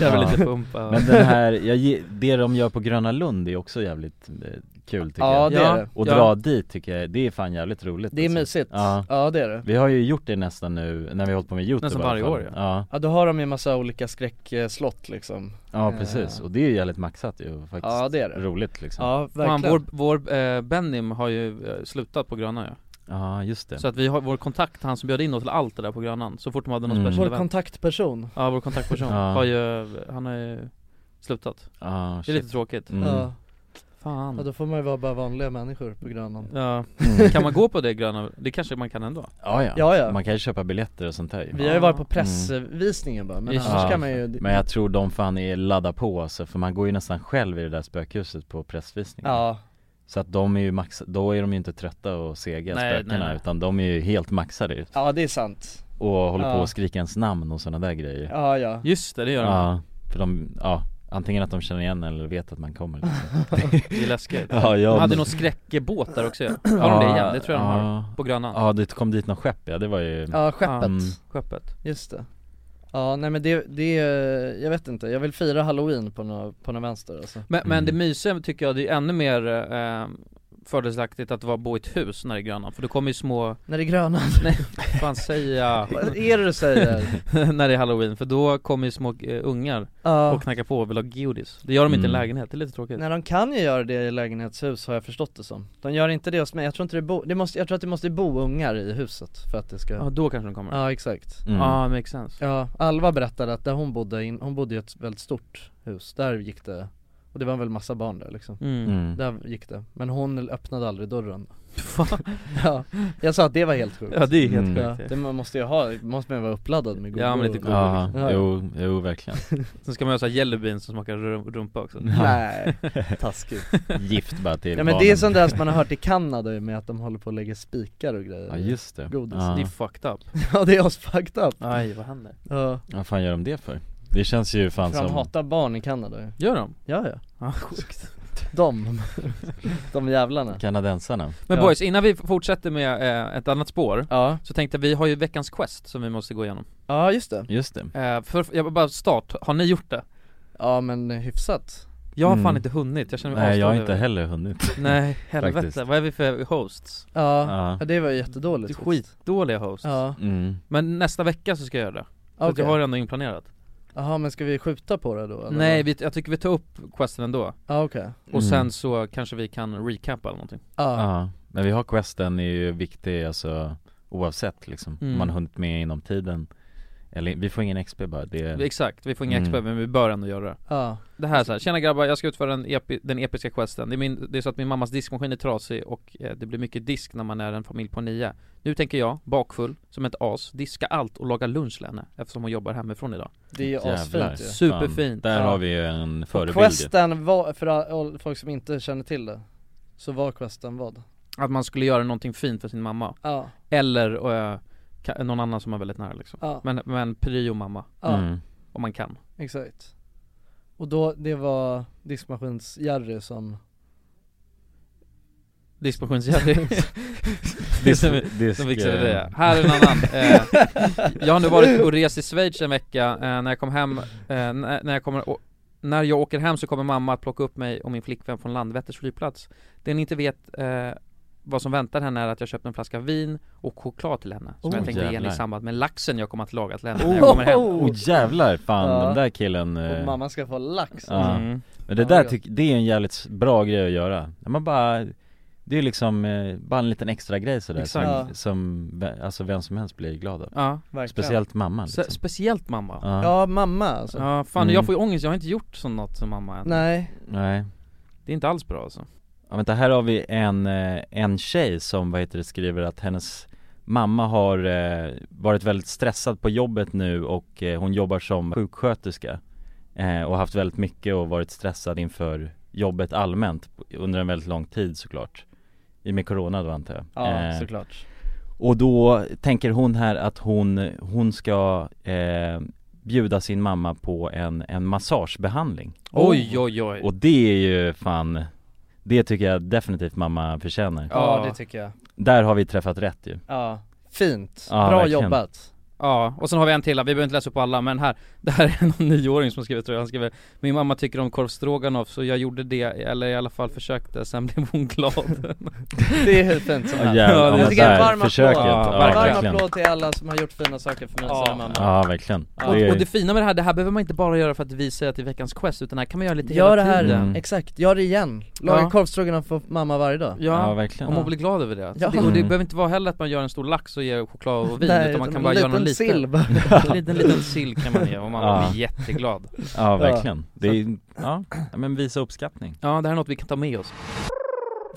Speaker 1: Jävla lite pumpa
Speaker 8: Men den här, jag, ge- det de gör på Gröna Lund är också jävligt eh, kul tycker
Speaker 6: Ja,
Speaker 8: jag
Speaker 6: det är det.
Speaker 8: Och
Speaker 6: Ja.
Speaker 8: dra dit tycker jag, det är fan jävligt roligt
Speaker 6: Det är mysigt. Ja, det är det.
Speaker 8: alltså. Vi har ju gjort det nästan nu när vi har hållit på med youtube
Speaker 6: Nästan
Speaker 8: i alla
Speaker 6: varje
Speaker 8: fall.
Speaker 6: år,
Speaker 8: ja
Speaker 6: Ja då har de ju massa olika skräckslott liksom
Speaker 8: Ja
Speaker 6: Eh,
Speaker 8: precis, och det är ju jävligt maxat ju faktiskt
Speaker 6: Ja, det är det.
Speaker 8: Roligt liksom
Speaker 6: Ja,
Speaker 1: Fan,
Speaker 6: verkligen.
Speaker 1: vår vår eh, Benim har ju eh, slutat på Gröna ju
Speaker 8: Ja, just det
Speaker 1: Så att vi har vår kontakt, han som bjöd in oss till allt det där på Grönan, så fort de hade någon
Speaker 8: Mm.
Speaker 1: special
Speaker 6: Vår
Speaker 1: event.
Speaker 6: kontaktperson
Speaker 1: Ja vår kontaktperson
Speaker 8: Ja.
Speaker 1: har ju, han har ju slutat
Speaker 8: Ja,
Speaker 1: Det är
Speaker 8: Ah, shit.
Speaker 1: lite tråkigt
Speaker 8: Mm.
Speaker 6: Ja.
Speaker 1: Fan.
Speaker 6: Ja då får man ju vara bara vanliga människor på Grönan
Speaker 1: Ja,
Speaker 8: Mm.
Speaker 1: kan man gå på det Gröna? Det kanske man kan ändå?
Speaker 8: Ja, ja.
Speaker 6: Ja, ja.
Speaker 8: man kan ju köpa biljetter och sånt där ju.
Speaker 6: Vi har ju varit på
Speaker 1: Ah. Mm.
Speaker 6: pressvisningen bara, men annars kan man ju
Speaker 8: Men jag tror de fan är ladda på alltså, för man går ju nästan själv i det där spökhuset på pressvisningen
Speaker 6: Ja.
Speaker 8: Så att de är ju max, då är de ju inte trötta och sega
Speaker 6: Nej,
Speaker 8: spökena
Speaker 6: nej, nej.
Speaker 8: utan de är ju helt maxade ut
Speaker 6: Ja det är sant
Speaker 8: Och håller på
Speaker 6: Ja.
Speaker 8: och skrika ens namn och sådana där grejer
Speaker 6: Ja, ja.
Speaker 1: Just det, det gör de.
Speaker 8: Ja, för de, ja Antingen att de känner igen en eller vet att man kommer
Speaker 1: Det är läskigt
Speaker 8: ja, jag...
Speaker 1: De hade någon skräckebåt där också ju. Har de det igen? Det tror jag de har, på Grönan
Speaker 8: Ja, det kom dit någon skepp ja, det var ju
Speaker 6: Ja, skeppet
Speaker 8: Mm.
Speaker 1: Skeppet
Speaker 6: Just det Ja nej men det, det, är- jag vet inte, jag vill fira halloween på någon, på någon vänster alltså
Speaker 1: Men,
Speaker 8: Mm.
Speaker 1: men det mysiga tycker jag, det är ännu mer eh, fördelaktigt att vara bo i ett hus när det är Grönan, för då kommer ju små
Speaker 6: När det är Grönan?
Speaker 1: Nej, vad fan säger jag?
Speaker 6: Vad är det du säger?
Speaker 1: när det är halloween, för då kommer ju små eh, ungar
Speaker 6: Ja.
Speaker 1: och knackar på och vill ha godis Det gör de inte i en
Speaker 6: Mm.
Speaker 1: lägenhet, det är lite tråkigt
Speaker 6: Nej de kan ju göra det i lägenhetshus har jag förstått det som De gör inte det hos mig, jag tror inte det bo, det måste, jag tror att det måste bo ungar i huset för att det ska
Speaker 1: Ja då kanske de kommer
Speaker 6: Ja exakt
Speaker 8: Mm.
Speaker 1: Ja, ah, makes sense
Speaker 6: Ja, Alva berättade att där hon bodde, in, hon bodde i ett väldigt stort hus, där gick det och det var väl massa barn där liksom
Speaker 1: Mm. Mm.
Speaker 6: Där gick det, men hon öppnade aldrig dörren Ja, jag sa att det var helt sjukt
Speaker 1: Ja, det är
Speaker 8: Mm.
Speaker 1: helt sjukt.
Speaker 6: det man måste ju ha, måste man vara uppladdad med god
Speaker 1: Ja men lite god
Speaker 8: Ja, jo, jo verkligen
Speaker 1: Sen ska man göra såhär jelly beans som smakar rum- rumpa också
Speaker 6: Nej, taskigt
Speaker 8: Gift bara till
Speaker 6: Ja men det är
Speaker 8: barnen.
Speaker 6: sånt där som man har hört i Kanada ju, med att de håller på och lägger spikar och grejer
Speaker 8: Ja, just det.
Speaker 6: Godis
Speaker 8: Ja. Det är
Speaker 1: fucked up
Speaker 6: Ja det är oss fucked up
Speaker 1: Aj, vad händer?
Speaker 6: Ja,
Speaker 8: Vad fan gör de det för? Det känns ju fan
Speaker 6: för de
Speaker 8: som
Speaker 6: hatar barn i Kanada ju.
Speaker 1: Gör de?
Speaker 6: Ja ja
Speaker 1: Ja sjukt
Speaker 6: De, de jävlarna
Speaker 8: kanadensarna
Speaker 1: Men
Speaker 6: Ja.
Speaker 1: boys, innan vi fortsätter med eh, ett annat spår Så tänkte jag, vi har ju veckans quest som vi måste gå igenom
Speaker 6: Ja just det
Speaker 8: Just det
Speaker 1: eh, för, Jag vill bara start, har ni gjort det?
Speaker 6: Ja men hyfsat
Speaker 1: Jag har fan
Speaker 8: Mm.
Speaker 1: inte hunnit, jag känner mig
Speaker 8: Nej jag har
Speaker 1: avstånd
Speaker 8: inte
Speaker 1: över.
Speaker 8: heller hunnit
Speaker 1: Nej, helvete,
Speaker 8: Faktiskt.
Speaker 1: vad är vi för hosts?
Speaker 6: Ja,
Speaker 8: Ja.
Speaker 6: ja det var ju jättedåligt
Speaker 1: Skitdåliga hosts
Speaker 6: Ja.
Speaker 8: Mm.
Speaker 1: Men nästa vecka så ska jag göra det, för att
Speaker 6: Okej.
Speaker 1: jag har det ändå inplanerat
Speaker 6: Jaha men ska vi skjuta på det då eller?
Speaker 1: Nej, vi, jag tycker vi tar upp questen ändå
Speaker 6: Ja, okej.
Speaker 1: Och
Speaker 8: Mm.
Speaker 1: sen så kanske vi kan recapa eller någonting
Speaker 6: Ja.
Speaker 8: Ja, men vi har questen är ju viktig alltså oavsett liksom, om
Speaker 1: Mm.
Speaker 8: man har hunnit med inom tiden Eller vi får ingen XP bara, det är...
Speaker 1: Exakt, vi får inga
Speaker 8: Mm.
Speaker 1: expert men vi bör ändå göra det
Speaker 6: Ja.
Speaker 1: Det här är så här, tjena grabbar jag ska utföra den, epi, den episka questen det är, min, det är så att min mammas diskmaskin är trasig och eh, det blir mycket disk när man är en familj på nio Nu tänker jag, bakfull, som ett as, diska allt och laga lunch till henne eftersom hon jobbar hemifrån idag
Speaker 6: Det är ju
Speaker 8: Jävlar.
Speaker 6: asfint ju
Speaker 8: Fan,
Speaker 1: Superfint.
Speaker 8: Där
Speaker 1: Ja.
Speaker 8: har vi ju en förebild ju.
Speaker 6: Questen var, för all- folk som inte känner till det Så var questen vad?
Speaker 1: Att man skulle göra någonting fint för sin mamma
Speaker 6: Ja.
Speaker 1: Eller eh, ka- någon annan som är väldigt nära liksom
Speaker 6: Ja.
Speaker 1: Men, men prio mamma
Speaker 6: Ja. Mm.
Speaker 1: Om man kan
Speaker 6: Exakt Och då, det var diskmaskins-Jerry som
Speaker 1: Diskmaskins-Jerry Disk, disk, eh, de fixade det. Här är en annan. Eh, jag har nu varit och rest i Schweiz en vecka, eh, när jag kom hem, eh, när, när jag kommer å- när jag åker hem så kommer mamma att plocka upp mig och min flickvän från Landvetters flygplats Det ni inte vet eh, vad som väntar henne är att jag köpt en flaska vin och choklad till henne Som
Speaker 3: Oh,
Speaker 1: jag tänkte ge henne
Speaker 3: jävlar.
Speaker 1: i samband med laxen jag kommer att laga till henne när jag
Speaker 3: Oh,
Speaker 1: kommer hem
Speaker 3: oh jävlar, fan
Speaker 1: Ja.
Speaker 3: den där killen eh,
Speaker 6: Och mamma ska få lax alltså,
Speaker 3: ja.
Speaker 1: Mm.
Speaker 3: Men det där tycker, det är en jävligt s- bra grej att göra När man bara Det är liksom, eh, bara en liten extra grej sådär som,
Speaker 1: Exakt.
Speaker 3: som, ve- alltså vem som helst blir glad av
Speaker 1: Ja,
Speaker 6: verkligen.
Speaker 3: Speciellt mamma
Speaker 1: Se-
Speaker 3: liksom.
Speaker 1: Speciellt mamma
Speaker 3: Ja.
Speaker 6: Ja, mamma alltså.
Speaker 1: Ja fan
Speaker 3: Mm.
Speaker 1: jag får ju ångest, jag har inte gjort sånt något som mamma än
Speaker 6: Nej
Speaker 3: Nej
Speaker 1: Det är inte alls bra alltså
Speaker 3: Ja vänta, här har vi en, eh, en tjej som vad heter det, skriver att hennes mamma har eh, varit väldigt stressad på jobbet nu och eh, hon jobbar som sjuksköterska eh, och haft väldigt mycket och varit stressad inför jobbet allmänt under en väldigt lång tid såklart I och med corona då antar jag
Speaker 6: Ja,
Speaker 3: Eh,
Speaker 6: såklart.
Speaker 3: Och då tänker hon här att hon, hon ska eh, bjuda sin mamma på en, en massagebehandling
Speaker 1: Oj, oj, oj.
Speaker 3: Och det är ju fan Det tycker jag definitivt mamma förtjänar
Speaker 6: Ja, det tycker jag.
Speaker 3: Där har vi träffat rätt ju
Speaker 6: Ja, fint.
Speaker 3: Ja,
Speaker 6: Bra
Speaker 3: verkligen.
Speaker 6: jobbat.
Speaker 1: Ja, och sen har vi en till, vi behöver inte läsa upp alla men här Det här är någon nioåring som har skrivit tror jag, han skriver Min mamma tycker om korv stroganoff så jag gjorde det, eller i alla fall försökte, sen blev hon glad
Speaker 6: Det är hur fint som
Speaker 3: Ja,
Speaker 6: helst.
Speaker 3: jävlar,
Speaker 6: jag tycker en
Speaker 3: där,
Speaker 6: varm applåd.
Speaker 3: försöket. Ja,
Speaker 6: En varm
Speaker 3: verkligen.
Speaker 6: applåd till alla som har gjort fina saker för mig och sina mamma.
Speaker 3: Ja verkligen
Speaker 1: Och,
Speaker 3: Det är-
Speaker 1: och det fina med det här, det här behöver man inte bara göra för att vi säger att det är veckans quest utan det här kan man göra lite
Speaker 6: Gör
Speaker 1: hela
Speaker 6: det här,
Speaker 1: tiden
Speaker 6: exakt, gör det igen. Laga
Speaker 1: Ja.
Speaker 6: korvstroganoff för mamma varje dag.
Speaker 1: Ja, och man blir glad över det.
Speaker 6: Ja.
Speaker 1: det och det
Speaker 6: Mm.
Speaker 1: behöver inte vara heller att man gör en stor lax och ger choklad och vin
Speaker 6: Nej,
Speaker 1: utan man
Speaker 6: utan
Speaker 1: kan
Speaker 6: en
Speaker 1: bara göra
Speaker 6: liten
Speaker 1: någon liten
Speaker 6: sill bara.
Speaker 1: En liten, liten sill kan man ge och man
Speaker 3: Ja.
Speaker 1: blir jätteglad
Speaker 3: Ja verkligen, det är, ja men visa uppskattning
Speaker 1: Ja, det här är något vi kan ta med oss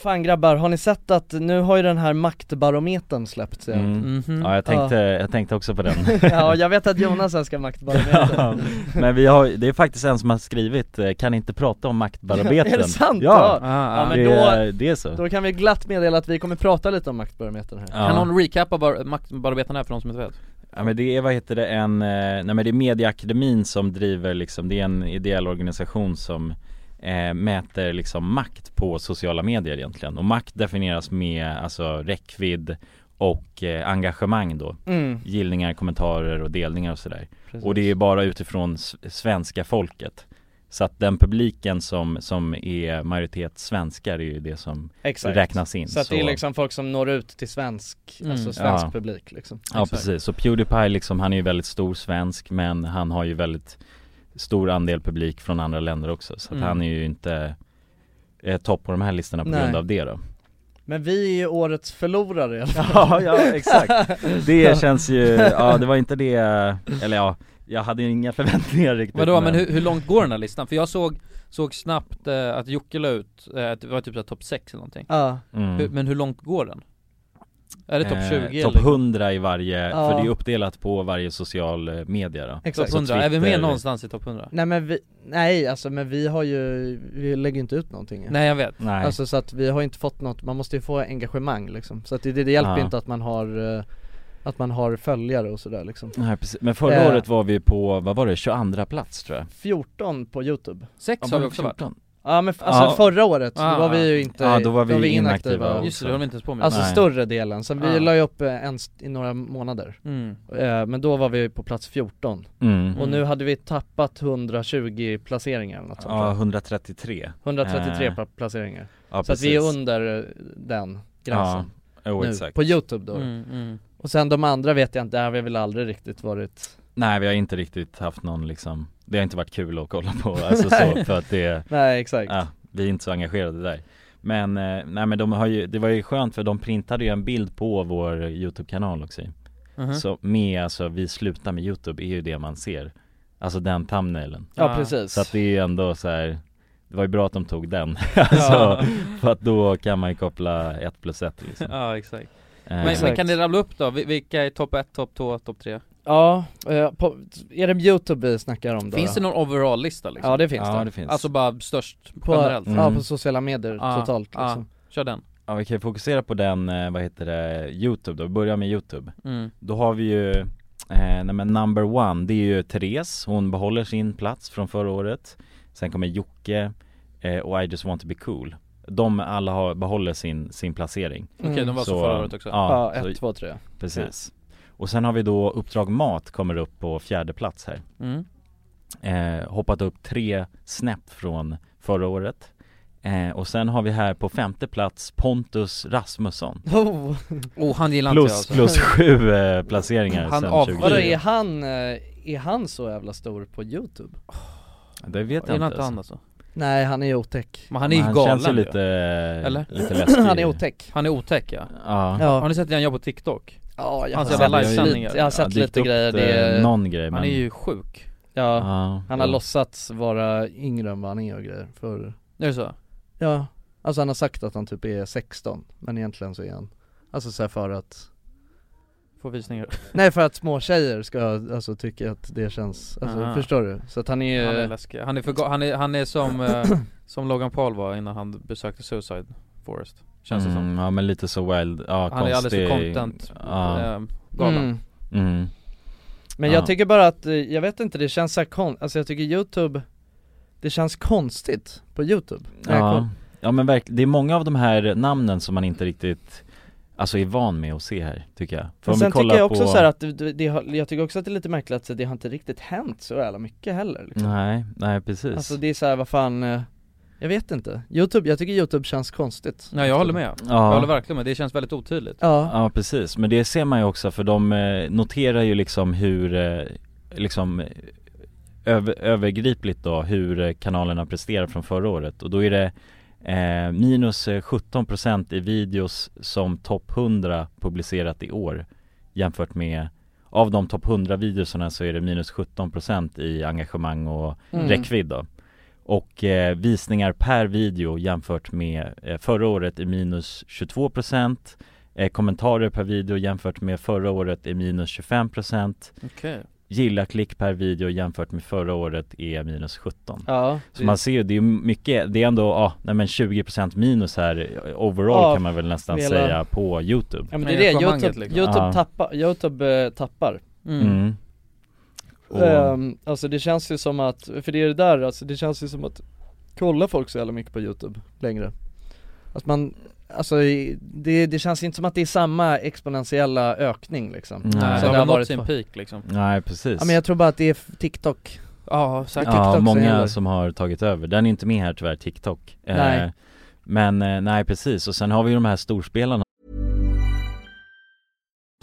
Speaker 6: Fan grabbar, har ni sett att nu har ju den här maktbarometern släppts igen?
Speaker 3: mm. Ja jag tänkte, jag tänkte också på den
Speaker 6: ja, jag vet att Jonas älskar
Speaker 3: Ja,
Speaker 6: maktbarometern.
Speaker 3: men vi har, det är faktiskt en som har skrivit, eh, kan inte prata om maktbarometern
Speaker 6: Är det sant?
Speaker 3: Ja,
Speaker 1: Ah,
Speaker 6: ja men
Speaker 3: det,
Speaker 6: då,
Speaker 3: är- det är så
Speaker 6: då kan vi glatt meddela att vi kommer prata lite om maktbarometern här
Speaker 3: Ja. Kan någon
Speaker 1: recappa bar, maktbarometern här för de som inte vet?
Speaker 3: Ja men det är, vad heter det, en, eh, nej men det är Mediaakademin som driver liksom, det är en ideell organisation som eh, mäter liksom makt på sociala medier egentligen och makt definieras med alltså räckvidd och eh, engagemang då
Speaker 6: Mm.
Speaker 3: Gillningar, kommentarer och delningar och sådär
Speaker 6: Precis.
Speaker 3: Och det är bara utifrån s- svenska folket Så att den publiken som, som är majoritet svenskar är ju det som räknas in
Speaker 6: Så att det är liksom folk som når ut till svensk, alltså svensk publik liksom
Speaker 3: Ja precis, så Pewdiepie liksom, han är ju väldigt stor svensk men han har ju väldigt stor andel publik från andra länder också så att
Speaker 6: Mm.
Speaker 3: han är ju inte eh, topp på de här listorna på
Speaker 6: Nej.
Speaker 3: grund av det då
Speaker 6: Men vi är ju årets förlorare i alla fall
Speaker 3: Ja, ja exakt Det känns ju, ja det var inte det, eller ja, jag hade inga förväntningar riktigt
Speaker 1: Vadå, men hur, hur långt går den här listan? För jag såg, såg snabbt eh, att Jocke la ut, eh, att det var typ såhär topp 6 eller någonting
Speaker 6: Ja.
Speaker 3: Mm. Eh,
Speaker 1: hur, Men hur långt går den? Är det topp 20 eller?
Speaker 3: Topp 100 i varje,
Speaker 1: Ja.
Speaker 3: för det är uppdelat på varje social eh, media då
Speaker 6: Exakt.
Speaker 3: Så
Speaker 1: Topp 100, är vi med
Speaker 3: Twitter-
Speaker 1: någonstans i topp 100?
Speaker 6: Nej men vi, nej alltså men vi har ju, vi lägger ju inte ut någonting ju.
Speaker 1: Nej, jag vet.
Speaker 3: Nej.
Speaker 6: Alltså så att vi har inte fått något, man måste ju få engagemang liksom Så att det, det, det hjälper
Speaker 3: Ja.
Speaker 6: inte att man har, eh, att man har följare och sådär liksom
Speaker 3: Nej precis, men förra
Speaker 6: Eh,
Speaker 3: året var vi på, vad var det, 22 plats tror jag
Speaker 6: 14 på youtube
Speaker 1: Sex
Speaker 3: Ja, har vi men också varit. 14.
Speaker 6: Ja men f- alltså
Speaker 3: Ja.
Speaker 6: förra året,
Speaker 3: Ah,
Speaker 6: då var vi
Speaker 3: ah.
Speaker 6: ju inte,
Speaker 3: Ja, då var vi
Speaker 6: inaktiva,
Speaker 3: inaktiva
Speaker 6: också.
Speaker 3: Just det, det höll vi inte ens på med.
Speaker 6: Alltså
Speaker 3: Nej.
Speaker 6: större delen, sen vi
Speaker 3: Ah.
Speaker 6: la ju upp eh, en st- i några månader
Speaker 1: Mm.
Speaker 6: Eh, Men då var vi på plats 14
Speaker 3: Mm.
Speaker 6: Och nu hade vi tappat 120 placeringar eller något sånt
Speaker 3: Ja,
Speaker 6: där.
Speaker 3: 133
Speaker 6: 133
Speaker 3: Eh,
Speaker 6: pa- placeringar
Speaker 3: ja,
Speaker 6: Så att vi är
Speaker 3: precis.
Speaker 6: under eh, den gränsen
Speaker 3: Ja, jo,
Speaker 6: nu,
Speaker 3: exakt.
Speaker 6: på youtube då
Speaker 3: Mm,
Speaker 1: mm.
Speaker 6: Och sen de andra vet jag inte, där har vi väl aldrig riktigt varit
Speaker 3: Nej vi har inte riktigt haft någon liksom Det har inte varit kul att kolla på alltså så
Speaker 6: Nej.
Speaker 3: för att det
Speaker 6: Nej, exakt.
Speaker 3: ja, Vi är inte så engagerade där Men, eh, nej men de har ju, det var ju skönt för de printade ju en bild på vår Youtube-kanal också
Speaker 1: Uh-huh. Mm.
Speaker 6: Mhm.
Speaker 3: Så med alltså, vi slutar med Youtube är ju det man ser Alltså den thumbnailen
Speaker 6: Ja, precis.
Speaker 3: Så att det är ju ändå så här Det var ju bra att de tog den alltså,
Speaker 1: Ja.
Speaker 3: För att då kan man ju koppla ett plus ett liksom
Speaker 1: Ja exakt
Speaker 3: Eh,
Speaker 1: men, men kan ni rabbla upp då? Vil- Vilka är topp 1, topp 2, topp 3?
Speaker 6: Ja, eh, på, är det youtube vi snackar om då?
Speaker 1: Finns
Speaker 6: då?
Speaker 1: det någon overall-lista liksom?
Speaker 6: Ja det finns
Speaker 3: Ja,
Speaker 6: det,
Speaker 3: det finns. Mm.
Speaker 1: Alltså bara störst
Speaker 6: på,
Speaker 1: generellt? Ah,
Speaker 6: Ja på sociala medier totalt liksom
Speaker 1: Kör den
Speaker 3: Ja vi kan ju fokusera på den, eh, vad heter det, Youtube då, vi börjar med Youtube
Speaker 1: Mm.
Speaker 3: Då har vi ju, eh, nej men number one, det är ju Therese, hon behåller sin plats från förra året Sen kommer Jocke eh, och I just want to be cool de alla har, behåller sin, sin placering
Speaker 1: Okej,
Speaker 6: Mm.
Speaker 1: de var så förra året också.
Speaker 3: Ja,
Speaker 1: Ja, ett,
Speaker 3: så-
Speaker 1: två, tre.
Speaker 3: Precis Och sen har vi då Uppdrag Mat kommer upp på fjärde plats här
Speaker 1: Mm.
Speaker 3: eh, Hoppat upp tre snäpp från förra året eh, Och sen har vi här på femte plats Pontus Rasmusson
Speaker 6: Oh.
Speaker 1: oh han gillar
Speaker 3: Plus,
Speaker 1: inte jag
Speaker 3: plus sju eh, placeringar
Speaker 1: Han
Speaker 3: sen
Speaker 1: avskyr
Speaker 3: 2020.
Speaker 6: Vadå är han, eh, är han så jävla stor på youtube?
Speaker 3: Det vet
Speaker 1: Gillar
Speaker 3: jag inte
Speaker 1: inte han alltså?
Speaker 6: Nej han är ju otäck
Speaker 1: Men han är ju
Speaker 3: han
Speaker 1: galen
Speaker 3: känns ju
Speaker 1: ju.
Speaker 3: lite, eh,
Speaker 1: Eller?
Speaker 3: lite läskig
Speaker 6: Han är otäck
Speaker 1: Han är otäck ja.
Speaker 3: Ja.
Speaker 6: Ja.
Speaker 1: Har ni Alltså, sett när han gör på TikTok?
Speaker 6: Ja, jag
Speaker 1: Hans
Speaker 6: har
Speaker 1: jävla
Speaker 6: sett lite-
Speaker 1: livesändningar
Speaker 6: jag har sett
Speaker 3: Ja, dykt
Speaker 6: lite
Speaker 3: upp,
Speaker 6: grejer, det
Speaker 3: eh,
Speaker 6: är-
Speaker 3: Någon grej men
Speaker 1: Han är ju sjuk,
Speaker 6: Ja,
Speaker 3: Ja,
Speaker 6: han har
Speaker 3: jo.
Speaker 6: låtsats vara yngre än vad han är och grejer för
Speaker 1: är det så?
Speaker 6: Ja, alltså han har sagt att han typ är 16 men egentligen så är han Alltså så här för att
Speaker 1: Får visningar
Speaker 6: Nej för att små tjejer ska alltså tycka att det känns, alltså
Speaker 1: Aha.
Speaker 6: förstår du? Så att han
Speaker 3: Eh.
Speaker 6: är,
Speaker 1: Han är läskig, han är, för, ga- han är, han är som, eh, som Logan Paul var innan han besökte Suicide Forest Känns det som
Speaker 3: Mm, Ja men lite så wild, ja
Speaker 1: Han är alldeles för
Speaker 3: konstig-
Speaker 1: content,
Speaker 3: ja.
Speaker 1: eh, galen
Speaker 6: Mm.
Speaker 3: Mm.
Speaker 6: Men
Speaker 3: Ja.
Speaker 6: jag tycker bara att, eh, jag vet inte, det känns så här kon- alltså jag tycker youtube Det känns konstigt på youtube När jag
Speaker 3: Ja.
Speaker 6: koll-
Speaker 3: ja men verkligen, det är många av de här namnen som man inte riktigt Alltså är van med att se här, tycker jag För
Speaker 6: Men
Speaker 3: om
Speaker 6: sen
Speaker 3: vi kollar
Speaker 6: tycker jag också
Speaker 3: på...
Speaker 6: så här att, det, det, det har, jag tycker också att det är lite märkligt att det har inte riktigt hänt så jävla mycket heller liksom.
Speaker 3: Nej, nej precis
Speaker 6: Alltså det är så här, vad fan, eh, jag vet inte Youtube, jag tycker youtube känns konstigt
Speaker 1: Nej jag håller med,
Speaker 3: Ja.
Speaker 1: jag håller verkligen med, det känns väldigt otydligt
Speaker 6: Ja,
Speaker 3: Ja precis, men det ser man ju också för de eh, noterar ju liksom hur eh, liksom eh, över, övergripligt då hur eh, kanalerna presterar från förra året och då är det eh, minus eh, 17% i videos som topp 100 publicerat i år jämfört med av de topp 100 videoserna så är det minus 17% i engagemang och
Speaker 6: Mm.
Speaker 3: räckvidd då. Och eh, visningar per video jämfört med eh, förra året är minus 22% eh, Kommentarer per video jämfört med förra året är minus 25%
Speaker 1: Okej
Speaker 3: Gilla-klick per video jämfört med förra året är minus 17
Speaker 6: ja
Speaker 3: Så man ser ju, det är mycket, det är ändå, ja, nej men 20% minus här eh, overall
Speaker 6: Ja,
Speaker 3: kan man väl nästan
Speaker 6: hela-
Speaker 3: säga på Youtube
Speaker 6: Ja men det
Speaker 1: Men
Speaker 6: är det,
Speaker 1: engagemanget
Speaker 6: youtube,
Speaker 1: liksom.
Speaker 6: youtube
Speaker 3: Ja.
Speaker 6: tappar, youtube eh, tappar
Speaker 1: mm.
Speaker 3: Mm. Och,
Speaker 6: Ehm, Alltså det känns ju som att, för det är det där alltså, det känns ju som att kolla folk så jävla mycket på youtube längre Att man, alltså i- det, det känns inte som att det är samma exponentiella ökning liksom
Speaker 3: Nej.
Speaker 6: som
Speaker 1: Nej,
Speaker 3: Så
Speaker 1: det
Speaker 6: det
Speaker 1: har nått
Speaker 6: på-
Speaker 1: sin peak liksom
Speaker 3: Nej precis
Speaker 6: Ja men jag tror bara att det är f- TikTok
Speaker 1: Ja, säkert
Speaker 3: Ja,
Speaker 6: TikTok som gäller.
Speaker 3: många som har tagit över. Den är inte med här tyvärr, TikTok. Eh,
Speaker 6: Nej.
Speaker 3: Men eh, nej precis, och sen har vi ju de här storspelarna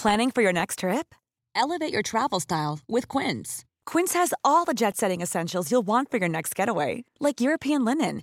Speaker 9: Planning for your next trip?
Speaker 13: Elevate your travel style with Quince.
Speaker 9: Quince has all the jet setting essentials you'll want for your next getaway, like European linen,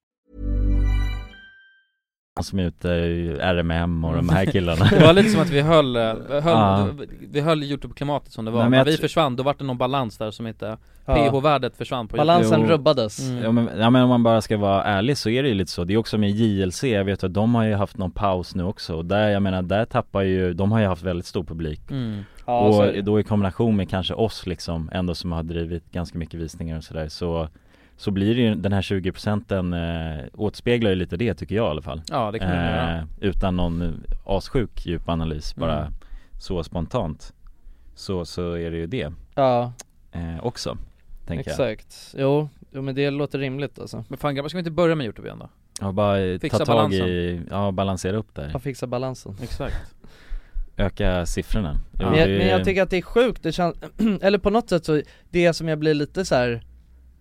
Speaker 3: som är ute i RMM och de här killarna.
Speaker 1: Det var lite som att vi höll, eh, höll
Speaker 3: Ja.
Speaker 1: vi höll Youtube-klimatet som det var,
Speaker 3: Nej, men
Speaker 1: när
Speaker 3: jag
Speaker 1: vi
Speaker 3: tr-
Speaker 1: försvann då var det någon balans där som inte,
Speaker 6: Ja.
Speaker 1: PH-värdet försvann på
Speaker 6: Balansen
Speaker 3: Jo.
Speaker 6: rubbades
Speaker 1: Mm.
Speaker 3: Ja men, ja men om man bara ska vara ärlig så är det ju lite så, det är också med JLC, jag vet att de har ju haft någon paus nu också och där, jag menar där tappar ju, de har ju haft väldigt stor publik
Speaker 1: Mm.
Speaker 6: Ja, så är det.
Speaker 3: Och då i kombination med kanske oss liksom, ändå som har drivit ganska mycket visningar och sådär så Så blir det ju, den här 20 procenten eh, återspeglar ju lite det tycker jag i alla fall
Speaker 1: Ja, det kan
Speaker 3: Eh.
Speaker 1: man göra.
Speaker 3: Utan någon assjuk djup analys bara
Speaker 1: Mm.
Speaker 3: så spontant Så, så är det ju det
Speaker 6: Ja,
Speaker 3: eh, också, tänker jag
Speaker 6: exakt, jo, jo men det låter rimligt alltså
Speaker 1: Men fan grabbar, ska vi inte börja med Youtube igen då?
Speaker 3: Ja bara eh,
Speaker 1: Fixa
Speaker 3: ta tag i,
Speaker 1: balansen.
Speaker 3: ja balansera upp där,
Speaker 6: Att fixa balansen
Speaker 1: Exakt
Speaker 3: öka siffrorna Jo,
Speaker 6: men, jag,
Speaker 3: det-
Speaker 6: men jag tycker att det är sjukt, det känns, eller på något sätt så, det som jag blir lite så här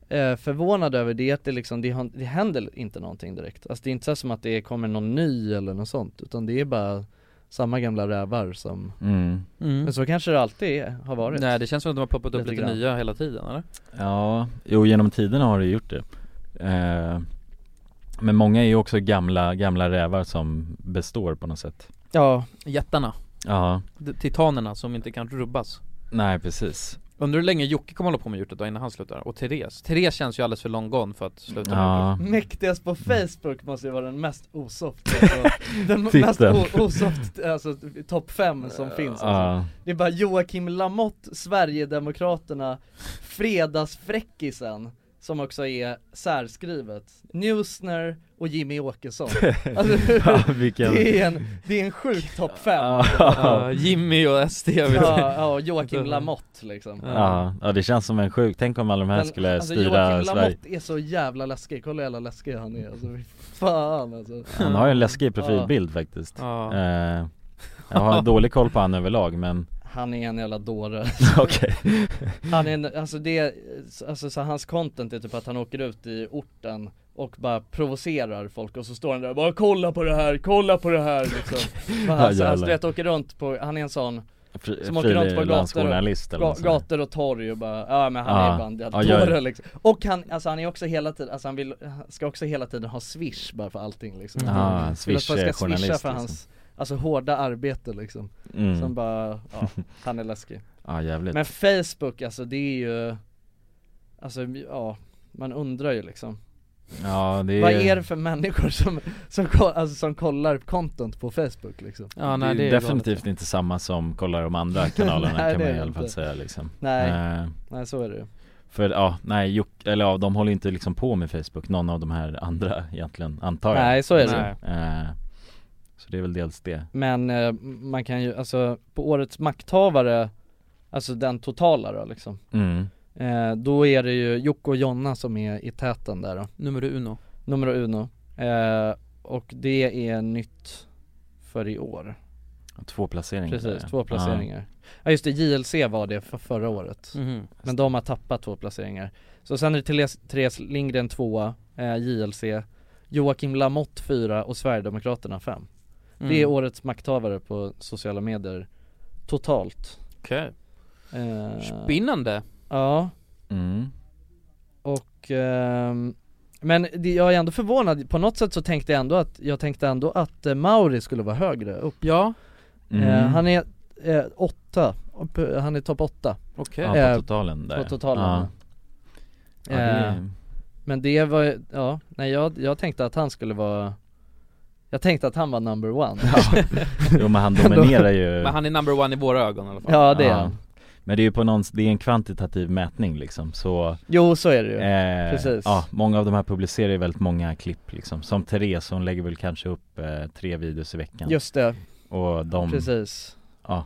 Speaker 6: eh, förvånad över det är att det liksom, det, har- det händer inte någonting direkt Alltså det är inte så här som att det kommer någon ny eller något sånt, utan det är bara samma gamla rävar som
Speaker 3: mm.
Speaker 6: Men så kanske det alltid är, har varit
Speaker 1: Nej det känns som att de har poppat upp
Speaker 6: Lite
Speaker 1: lite,
Speaker 6: grann.
Speaker 1: nya hela tiden eller?
Speaker 3: Ja, jo genom tiderna har det gjort det eh, Men många är ju också gamla, gamla rävar som består på något sätt
Speaker 6: Ja,
Speaker 1: Jättarna,
Speaker 3: Ja,
Speaker 1: de- titanerna som inte kan rubbas
Speaker 3: nej precis
Speaker 1: Undrar hur länge Jocke kommer hålla på med djurtet då innan han slutar? Och Therese? Therese känns ju alldeles för long gone för att sluta
Speaker 3: Ja. Mm.
Speaker 1: med
Speaker 6: Mäktigast på Facebook måste ju vara den mest osoft alltså, Den mest
Speaker 3: Titeln.
Speaker 6: o- osoft, alltså topp 5 som finns
Speaker 3: Ja.
Speaker 6: alltså. Det är bara Joakim Lamotte, Sverigedemokraterna, Fredagsfräckisen som också är särskrivet Newsner och Jimmy Åkesson alltså,
Speaker 3: Ja, vilken-
Speaker 6: det, är en, det är en sjuk topp 5
Speaker 1: Ja, Jimmy och SD vet du.
Speaker 6: Ja, ja, och Joakim Lamotte liksom
Speaker 3: Ja, ja det känns som en sjuk, tänk om alla de här
Speaker 6: Men,
Speaker 3: skulle
Speaker 6: alltså,
Speaker 3: styra
Speaker 6: Joakim
Speaker 3: Sverige
Speaker 6: Lamotte är så jävla läskig, kolla hur jävla läskig han är alltså, fy fan alltså
Speaker 3: Han har ju en läskig profilbild faktiskt
Speaker 6: Ja.
Speaker 3: Eh, Jag har dålig koll på han överlag men
Speaker 6: Han är en jävla dåre
Speaker 3: Okej.
Speaker 6: Han är en, alltså det, alltså så hans content är typ att han åker ut i orten och bara provocerar folk och så står han där och bara kolla på det här, kolla på det här liksom
Speaker 3: Ja,
Speaker 6: Bara, alltså,
Speaker 3: jävlar.
Speaker 6: alltså du vet åker runt på, han är en sån
Speaker 3: Fri-
Speaker 6: som åker runt på gator
Speaker 3: frilansjournalist eller
Speaker 6: och,
Speaker 3: något
Speaker 6: ga-
Speaker 3: sånt där.
Speaker 6: gator och torg och bara, ja men han
Speaker 3: Ja.
Speaker 6: är bara en jävla
Speaker 3: Ja, gör
Speaker 6: dåre
Speaker 3: det.
Speaker 6: liksom Och han, alltså han är också hela tiden, alltså han vill, han ska också hela tiden ha swish bara för allting liksom
Speaker 3: Ja,
Speaker 6: Han
Speaker 3: han
Speaker 6: vill att folk ska
Speaker 3: swish-journalist,
Speaker 6: swisha för
Speaker 3: liksom.
Speaker 6: hans, alltså hårda arbete liksom
Speaker 3: Mm.
Speaker 6: Som bara, ja, han är läskig
Speaker 3: Ja jävligt
Speaker 6: men Facebook alltså det är ju Alltså ja, man undrar ju liksom
Speaker 3: Ja det är
Speaker 6: Vad är det för människor som, som, ko- alltså, som kollar content på Facebook liksom?
Speaker 3: det är definitivt inte samma som kollar de andra kanalerna
Speaker 6: Nej,
Speaker 3: kan
Speaker 6: det
Speaker 3: man
Speaker 6: är
Speaker 3: i
Speaker 6: det
Speaker 3: alla fall
Speaker 6: inte.
Speaker 3: säga liksom
Speaker 6: Nej.
Speaker 3: Eh,
Speaker 6: Nej så är det ju
Speaker 3: För ja, nej Jock, eller ja, de håller ju inte liksom på med Facebook, någon av de här andra egentligen, antar jag
Speaker 6: Nej, så är det.
Speaker 3: Eh, Så det är väl dels det
Speaker 6: Men eh, man kan ju, alltså på årets makthavare Alltså den totala då liksom
Speaker 3: Mm.
Speaker 6: eh, Då är det ju Jocke och Jonna som är i täten där då
Speaker 1: Nummer uno
Speaker 6: Nummer uno eh, Och det är nytt för i år
Speaker 3: Två placeringar
Speaker 6: Precis,
Speaker 3: där,
Speaker 6: två
Speaker 3: ja.
Speaker 6: placeringar Ja just det, JLC var det för förra året
Speaker 3: Mm.
Speaker 1: Mhm.
Speaker 6: Men de har tappat två placeringar Så sen är det Therese- Therese Lindgren tvåa, eh, JLC Joakim Lamotte fyra och Sverigedemokraterna fem
Speaker 1: Mm.
Speaker 6: Det är årets makthavare på sociala medier totalt
Speaker 1: Okej
Speaker 6: eh,
Speaker 1: Spinnande
Speaker 6: Ja
Speaker 3: Mm.
Speaker 6: och ehm, men det, jag är ändå förvånad, på något sätt så tänkte jag ändå att, jag tänkte ändå att eh, Mauri skulle vara högre upp
Speaker 1: Ja
Speaker 3: Mm.
Speaker 6: eh, Han är eh, åtta, Upp- eh, han är topp åtta
Speaker 1: Okej.
Speaker 3: Ja, på
Speaker 6: Eh,
Speaker 3: totalen där.
Speaker 6: På totalen
Speaker 3: Ja. Ja, det är-
Speaker 6: eh, Men det var, ju- ja, nej jag, jag tänkte att han skulle vara Jag tänkte att han var number one
Speaker 3: Jo men han dominerar ju
Speaker 1: Men han är number one i våra ögon i alla fall
Speaker 6: Ja, det är han.
Speaker 3: Men det är ju på någon, det är en kvantitativ mätning liksom så
Speaker 6: Jo, så är det ju.
Speaker 3: eh,
Speaker 6: Precis.
Speaker 3: Ja, många av de här publicerar ju väldigt många klipp liksom Som Therese, hon lägger väl kanske upp eh, tre videos i veckan
Speaker 6: Just det.
Speaker 3: Och de
Speaker 6: Precis
Speaker 3: Ja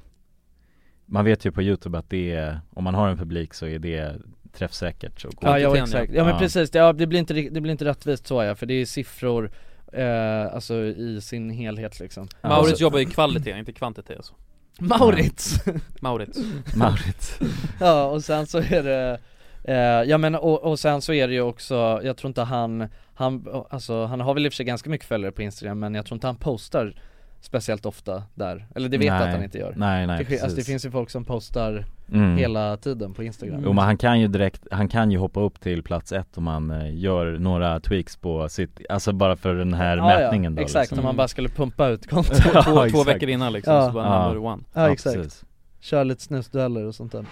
Speaker 3: Man vet ju på youtube att det är, om man har en publik så är det träffsäkert så
Speaker 6: Ja, ja exakt, ja men precis, det, ja, det, blir inte, rikt- det blir inte rättvist så ja, för det är siffror eh, Alltså i sin helhet liksom
Speaker 1: Maurits
Speaker 6: Och så-
Speaker 1: jobbar ju kvalitet, inte kvantitet alltså
Speaker 6: Maurits!
Speaker 1: Maurits
Speaker 3: Maurits
Speaker 6: ja och sen så är det eh, Ja men och, och sen så är det ju också, jag tror inte han, han, alltså han har väl i och för sig ganska mycket följare på Instagram men jag tror inte han postar speciellt ofta där, eller det vet jag
Speaker 3: Nej.
Speaker 6: att han inte gör
Speaker 3: Nej, nej,
Speaker 6: det, sker- Alltså det
Speaker 3: precis.
Speaker 6: finns ju folk som postar
Speaker 3: Mm.
Speaker 6: hela tiden på Instagram
Speaker 3: Jo men han kan ju direkt, han kan ju hoppa upp till plats ett om han eh, gör några tweaks på sitt, alltså bara för den här
Speaker 6: Ja, ja,
Speaker 3: mätningen då
Speaker 6: Exakt,
Speaker 3: liksom.
Speaker 6: om man bara skulle pumpa ut kontot
Speaker 3: Två- två- två exakt.
Speaker 1: veckor innan liksom, så bara number one.
Speaker 6: Ja,
Speaker 3: Ja,
Speaker 6: exakt
Speaker 3: precis.
Speaker 6: Kör lite snusdueller och sånt där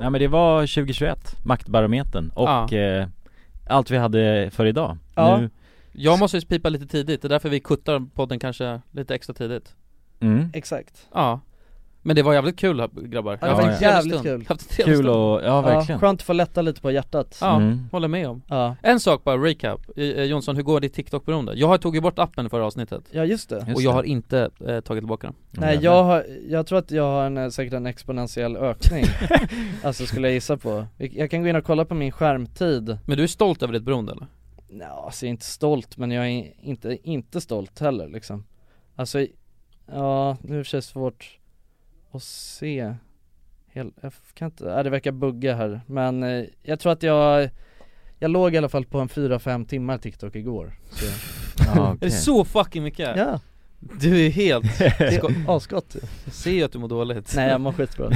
Speaker 3: Nej men det var 2021, Maktbarometern och eh, allt vi hade för idag
Speaker 1: Ja.
Speaker 3: nu,
Speaker 1: Jag måste ju pipa lite tidigt, det är därför vi kuttar podden kanske lite extra tidigt
Speaker 3: mm.
Speaker 6: Exakt
Speaker 1: Ja Men det var jävligt kul här, grabbar
Speaker 6: Ja,
Speaker 1: Jag har
Speaker 6: det var
Speaker 1: haft en trevlig
Speaker 6: jävligt
Speaker 1: stund.
Speaker 6: kul
Speaker 1: Jag har haft en trevlig stund.
Speaker 6: alltså, Skönt att få lätta lite på hjärtat
Speaker 1: Ja,
Speaker 3: Mm.
Speaker 1: håller med om
Speaker 6: Ja.
Speaker 1: En sak bara, recap, I- eh, Jonsson hur går ditt TikTok-beroende? Jag har tagit bort appen förra avsnittet
Speaker 6: Ja, just det.
Speaker 1: Och
Speaker 6: Just
Speaker 1: jag
Speaker 6: det.
Speaker 1: har inte eh, tagit tillbaka den
Speaker 6: Nej jag har, jag tror att jag har en, eh, säkert en exponentiell ökning Alltså skulle jag gissa på Vi- Jag kan gå in och kolla på min skärmtid
Speaker 1: Men du är stolt över ditt beroende eller?
Speaker 6: Nja, alltså jag är inte stolt men jag är inte, inte stolt heller liksom Alltså, i- ja nu är det i och för sig svårt att se Hel, Jag f- kan inte, äh, det verkar bugga här men eh, jag tror att jag jag låg i alla fall på en 4-5 timmar TikTok igår så.
Speaker 1: Det är så fucking mycket!
Speaker 6: Ja
Speaker 1: Du är helt
Speaker 6: asgott
Speaker 1: Jag ser ju att du mår dåligt
Speaker 6: Nej jag mår skitbra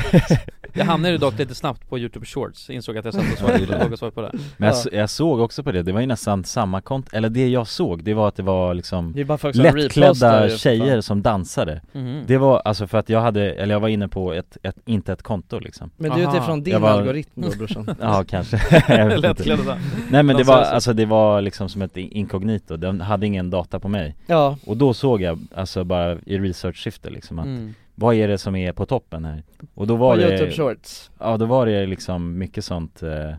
Speaker 1: Jag hamnade dock lite snabbt på youtube shorts, insåg att jag satt och svarade, låg och svarade på det
Speaker 3: Men jag, så- jag såg också på det, det var ju nästan samma kont eller det jag såg, det var att det var liksom
Speaker 6: Det är bara folk som repostar
Speaker 3: lättklädda
Speaker 6: ju, för
Speaker 3: tjejer
Speaker 6: fan.
Speaker 3: som dansade
Speaker 1: Mm.
Speaker 6: Mhm.
Speaker 3: Det var, alltså för att jag hade, eller jag var inne på ett, ett inte ett konto liksom
Speaker 6: Men det är
Speaker 3: Jag
Speaker 6: utifrån din
Speaker 3: var-
Speaker 6: algoritm då, brorsan.
Speaker 3: Ja kanske, Jag vet inte.
Speaker 6: Lättklädda.
Speaker 3: Nej men det var,
Speaker 6: Dansöser.
Speaker 3: alltså det var liksom som ett in- inkognito, den hade ingen data på mig
Speaker 6: Ja.
Speaker 3: Och då såg jag, alltså bara i research-syfte liksom att
Speaker 6: Mm.
Speaker 3: Vad är det som är på toppen här? Och då var
Speaker 6: På
Speaker 3: det
Speaker 6: YouTube Shorts.
Speaker 3: Ja då var det liksom mycket sånt eh,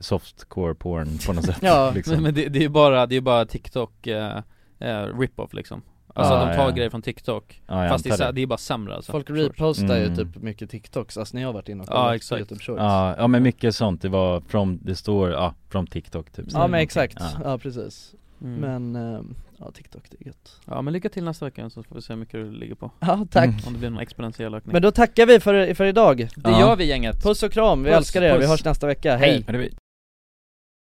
Speaker 3: softcore porn på något sätt liksom.
Speaker 1: men, men det, det är ju bara, det är ju bara TikTok eh, eh, rip-off liksom Alltså
Speaker 3: Ja,
Speaker 1: att de tar
Speaker 3: ja.
Speaker 1: grejer från TikTok,
Speaker 3: Ja, jag
Speaker 1: fast det är,
Speaker 3: antar
Speaker 1: sä-
Speaker 3: det.
Speaker 1: det är bara sämre alltså
Speaker 6: Folk repostar ju
Speaker 3: Mm.
Speaker 6: typ mycket TikToks, alltså när jag har varit inne och
Speaker 1: Ja,
Speaker 6: kollat på
Speaker 1: exakt.
Speaker 6: youtube shorts
Speaker 3: ja, ja men mycket sånt, det var från, det står, ja, från TikTok typ
Speaker 6: Ja men exakt, ja, precis
Speaker 1: Mm.
Speaker 6: Men, ehm, ja TikTok det är gött
Speaker 1: Ja men lycka till nästa vecka så får vi se hur mycket du ligger på
Speaker 6: Ja, tack.
Speaker 1: Om det blir någon exponentiell ökning
Speaker 6: Men då tackar vi för, för idag
Speaker 1: Det gör vi gänget
Speaker 6: Puss och kram, vi
Speaker 1: Puss,
Speaker 6: älskar er, vi
Speaker 1: puss.
Speaker 6: hörs nästa vecka,
Speaker 1: Hej.
Speaker 6: hej!
Speaker 1: Hej.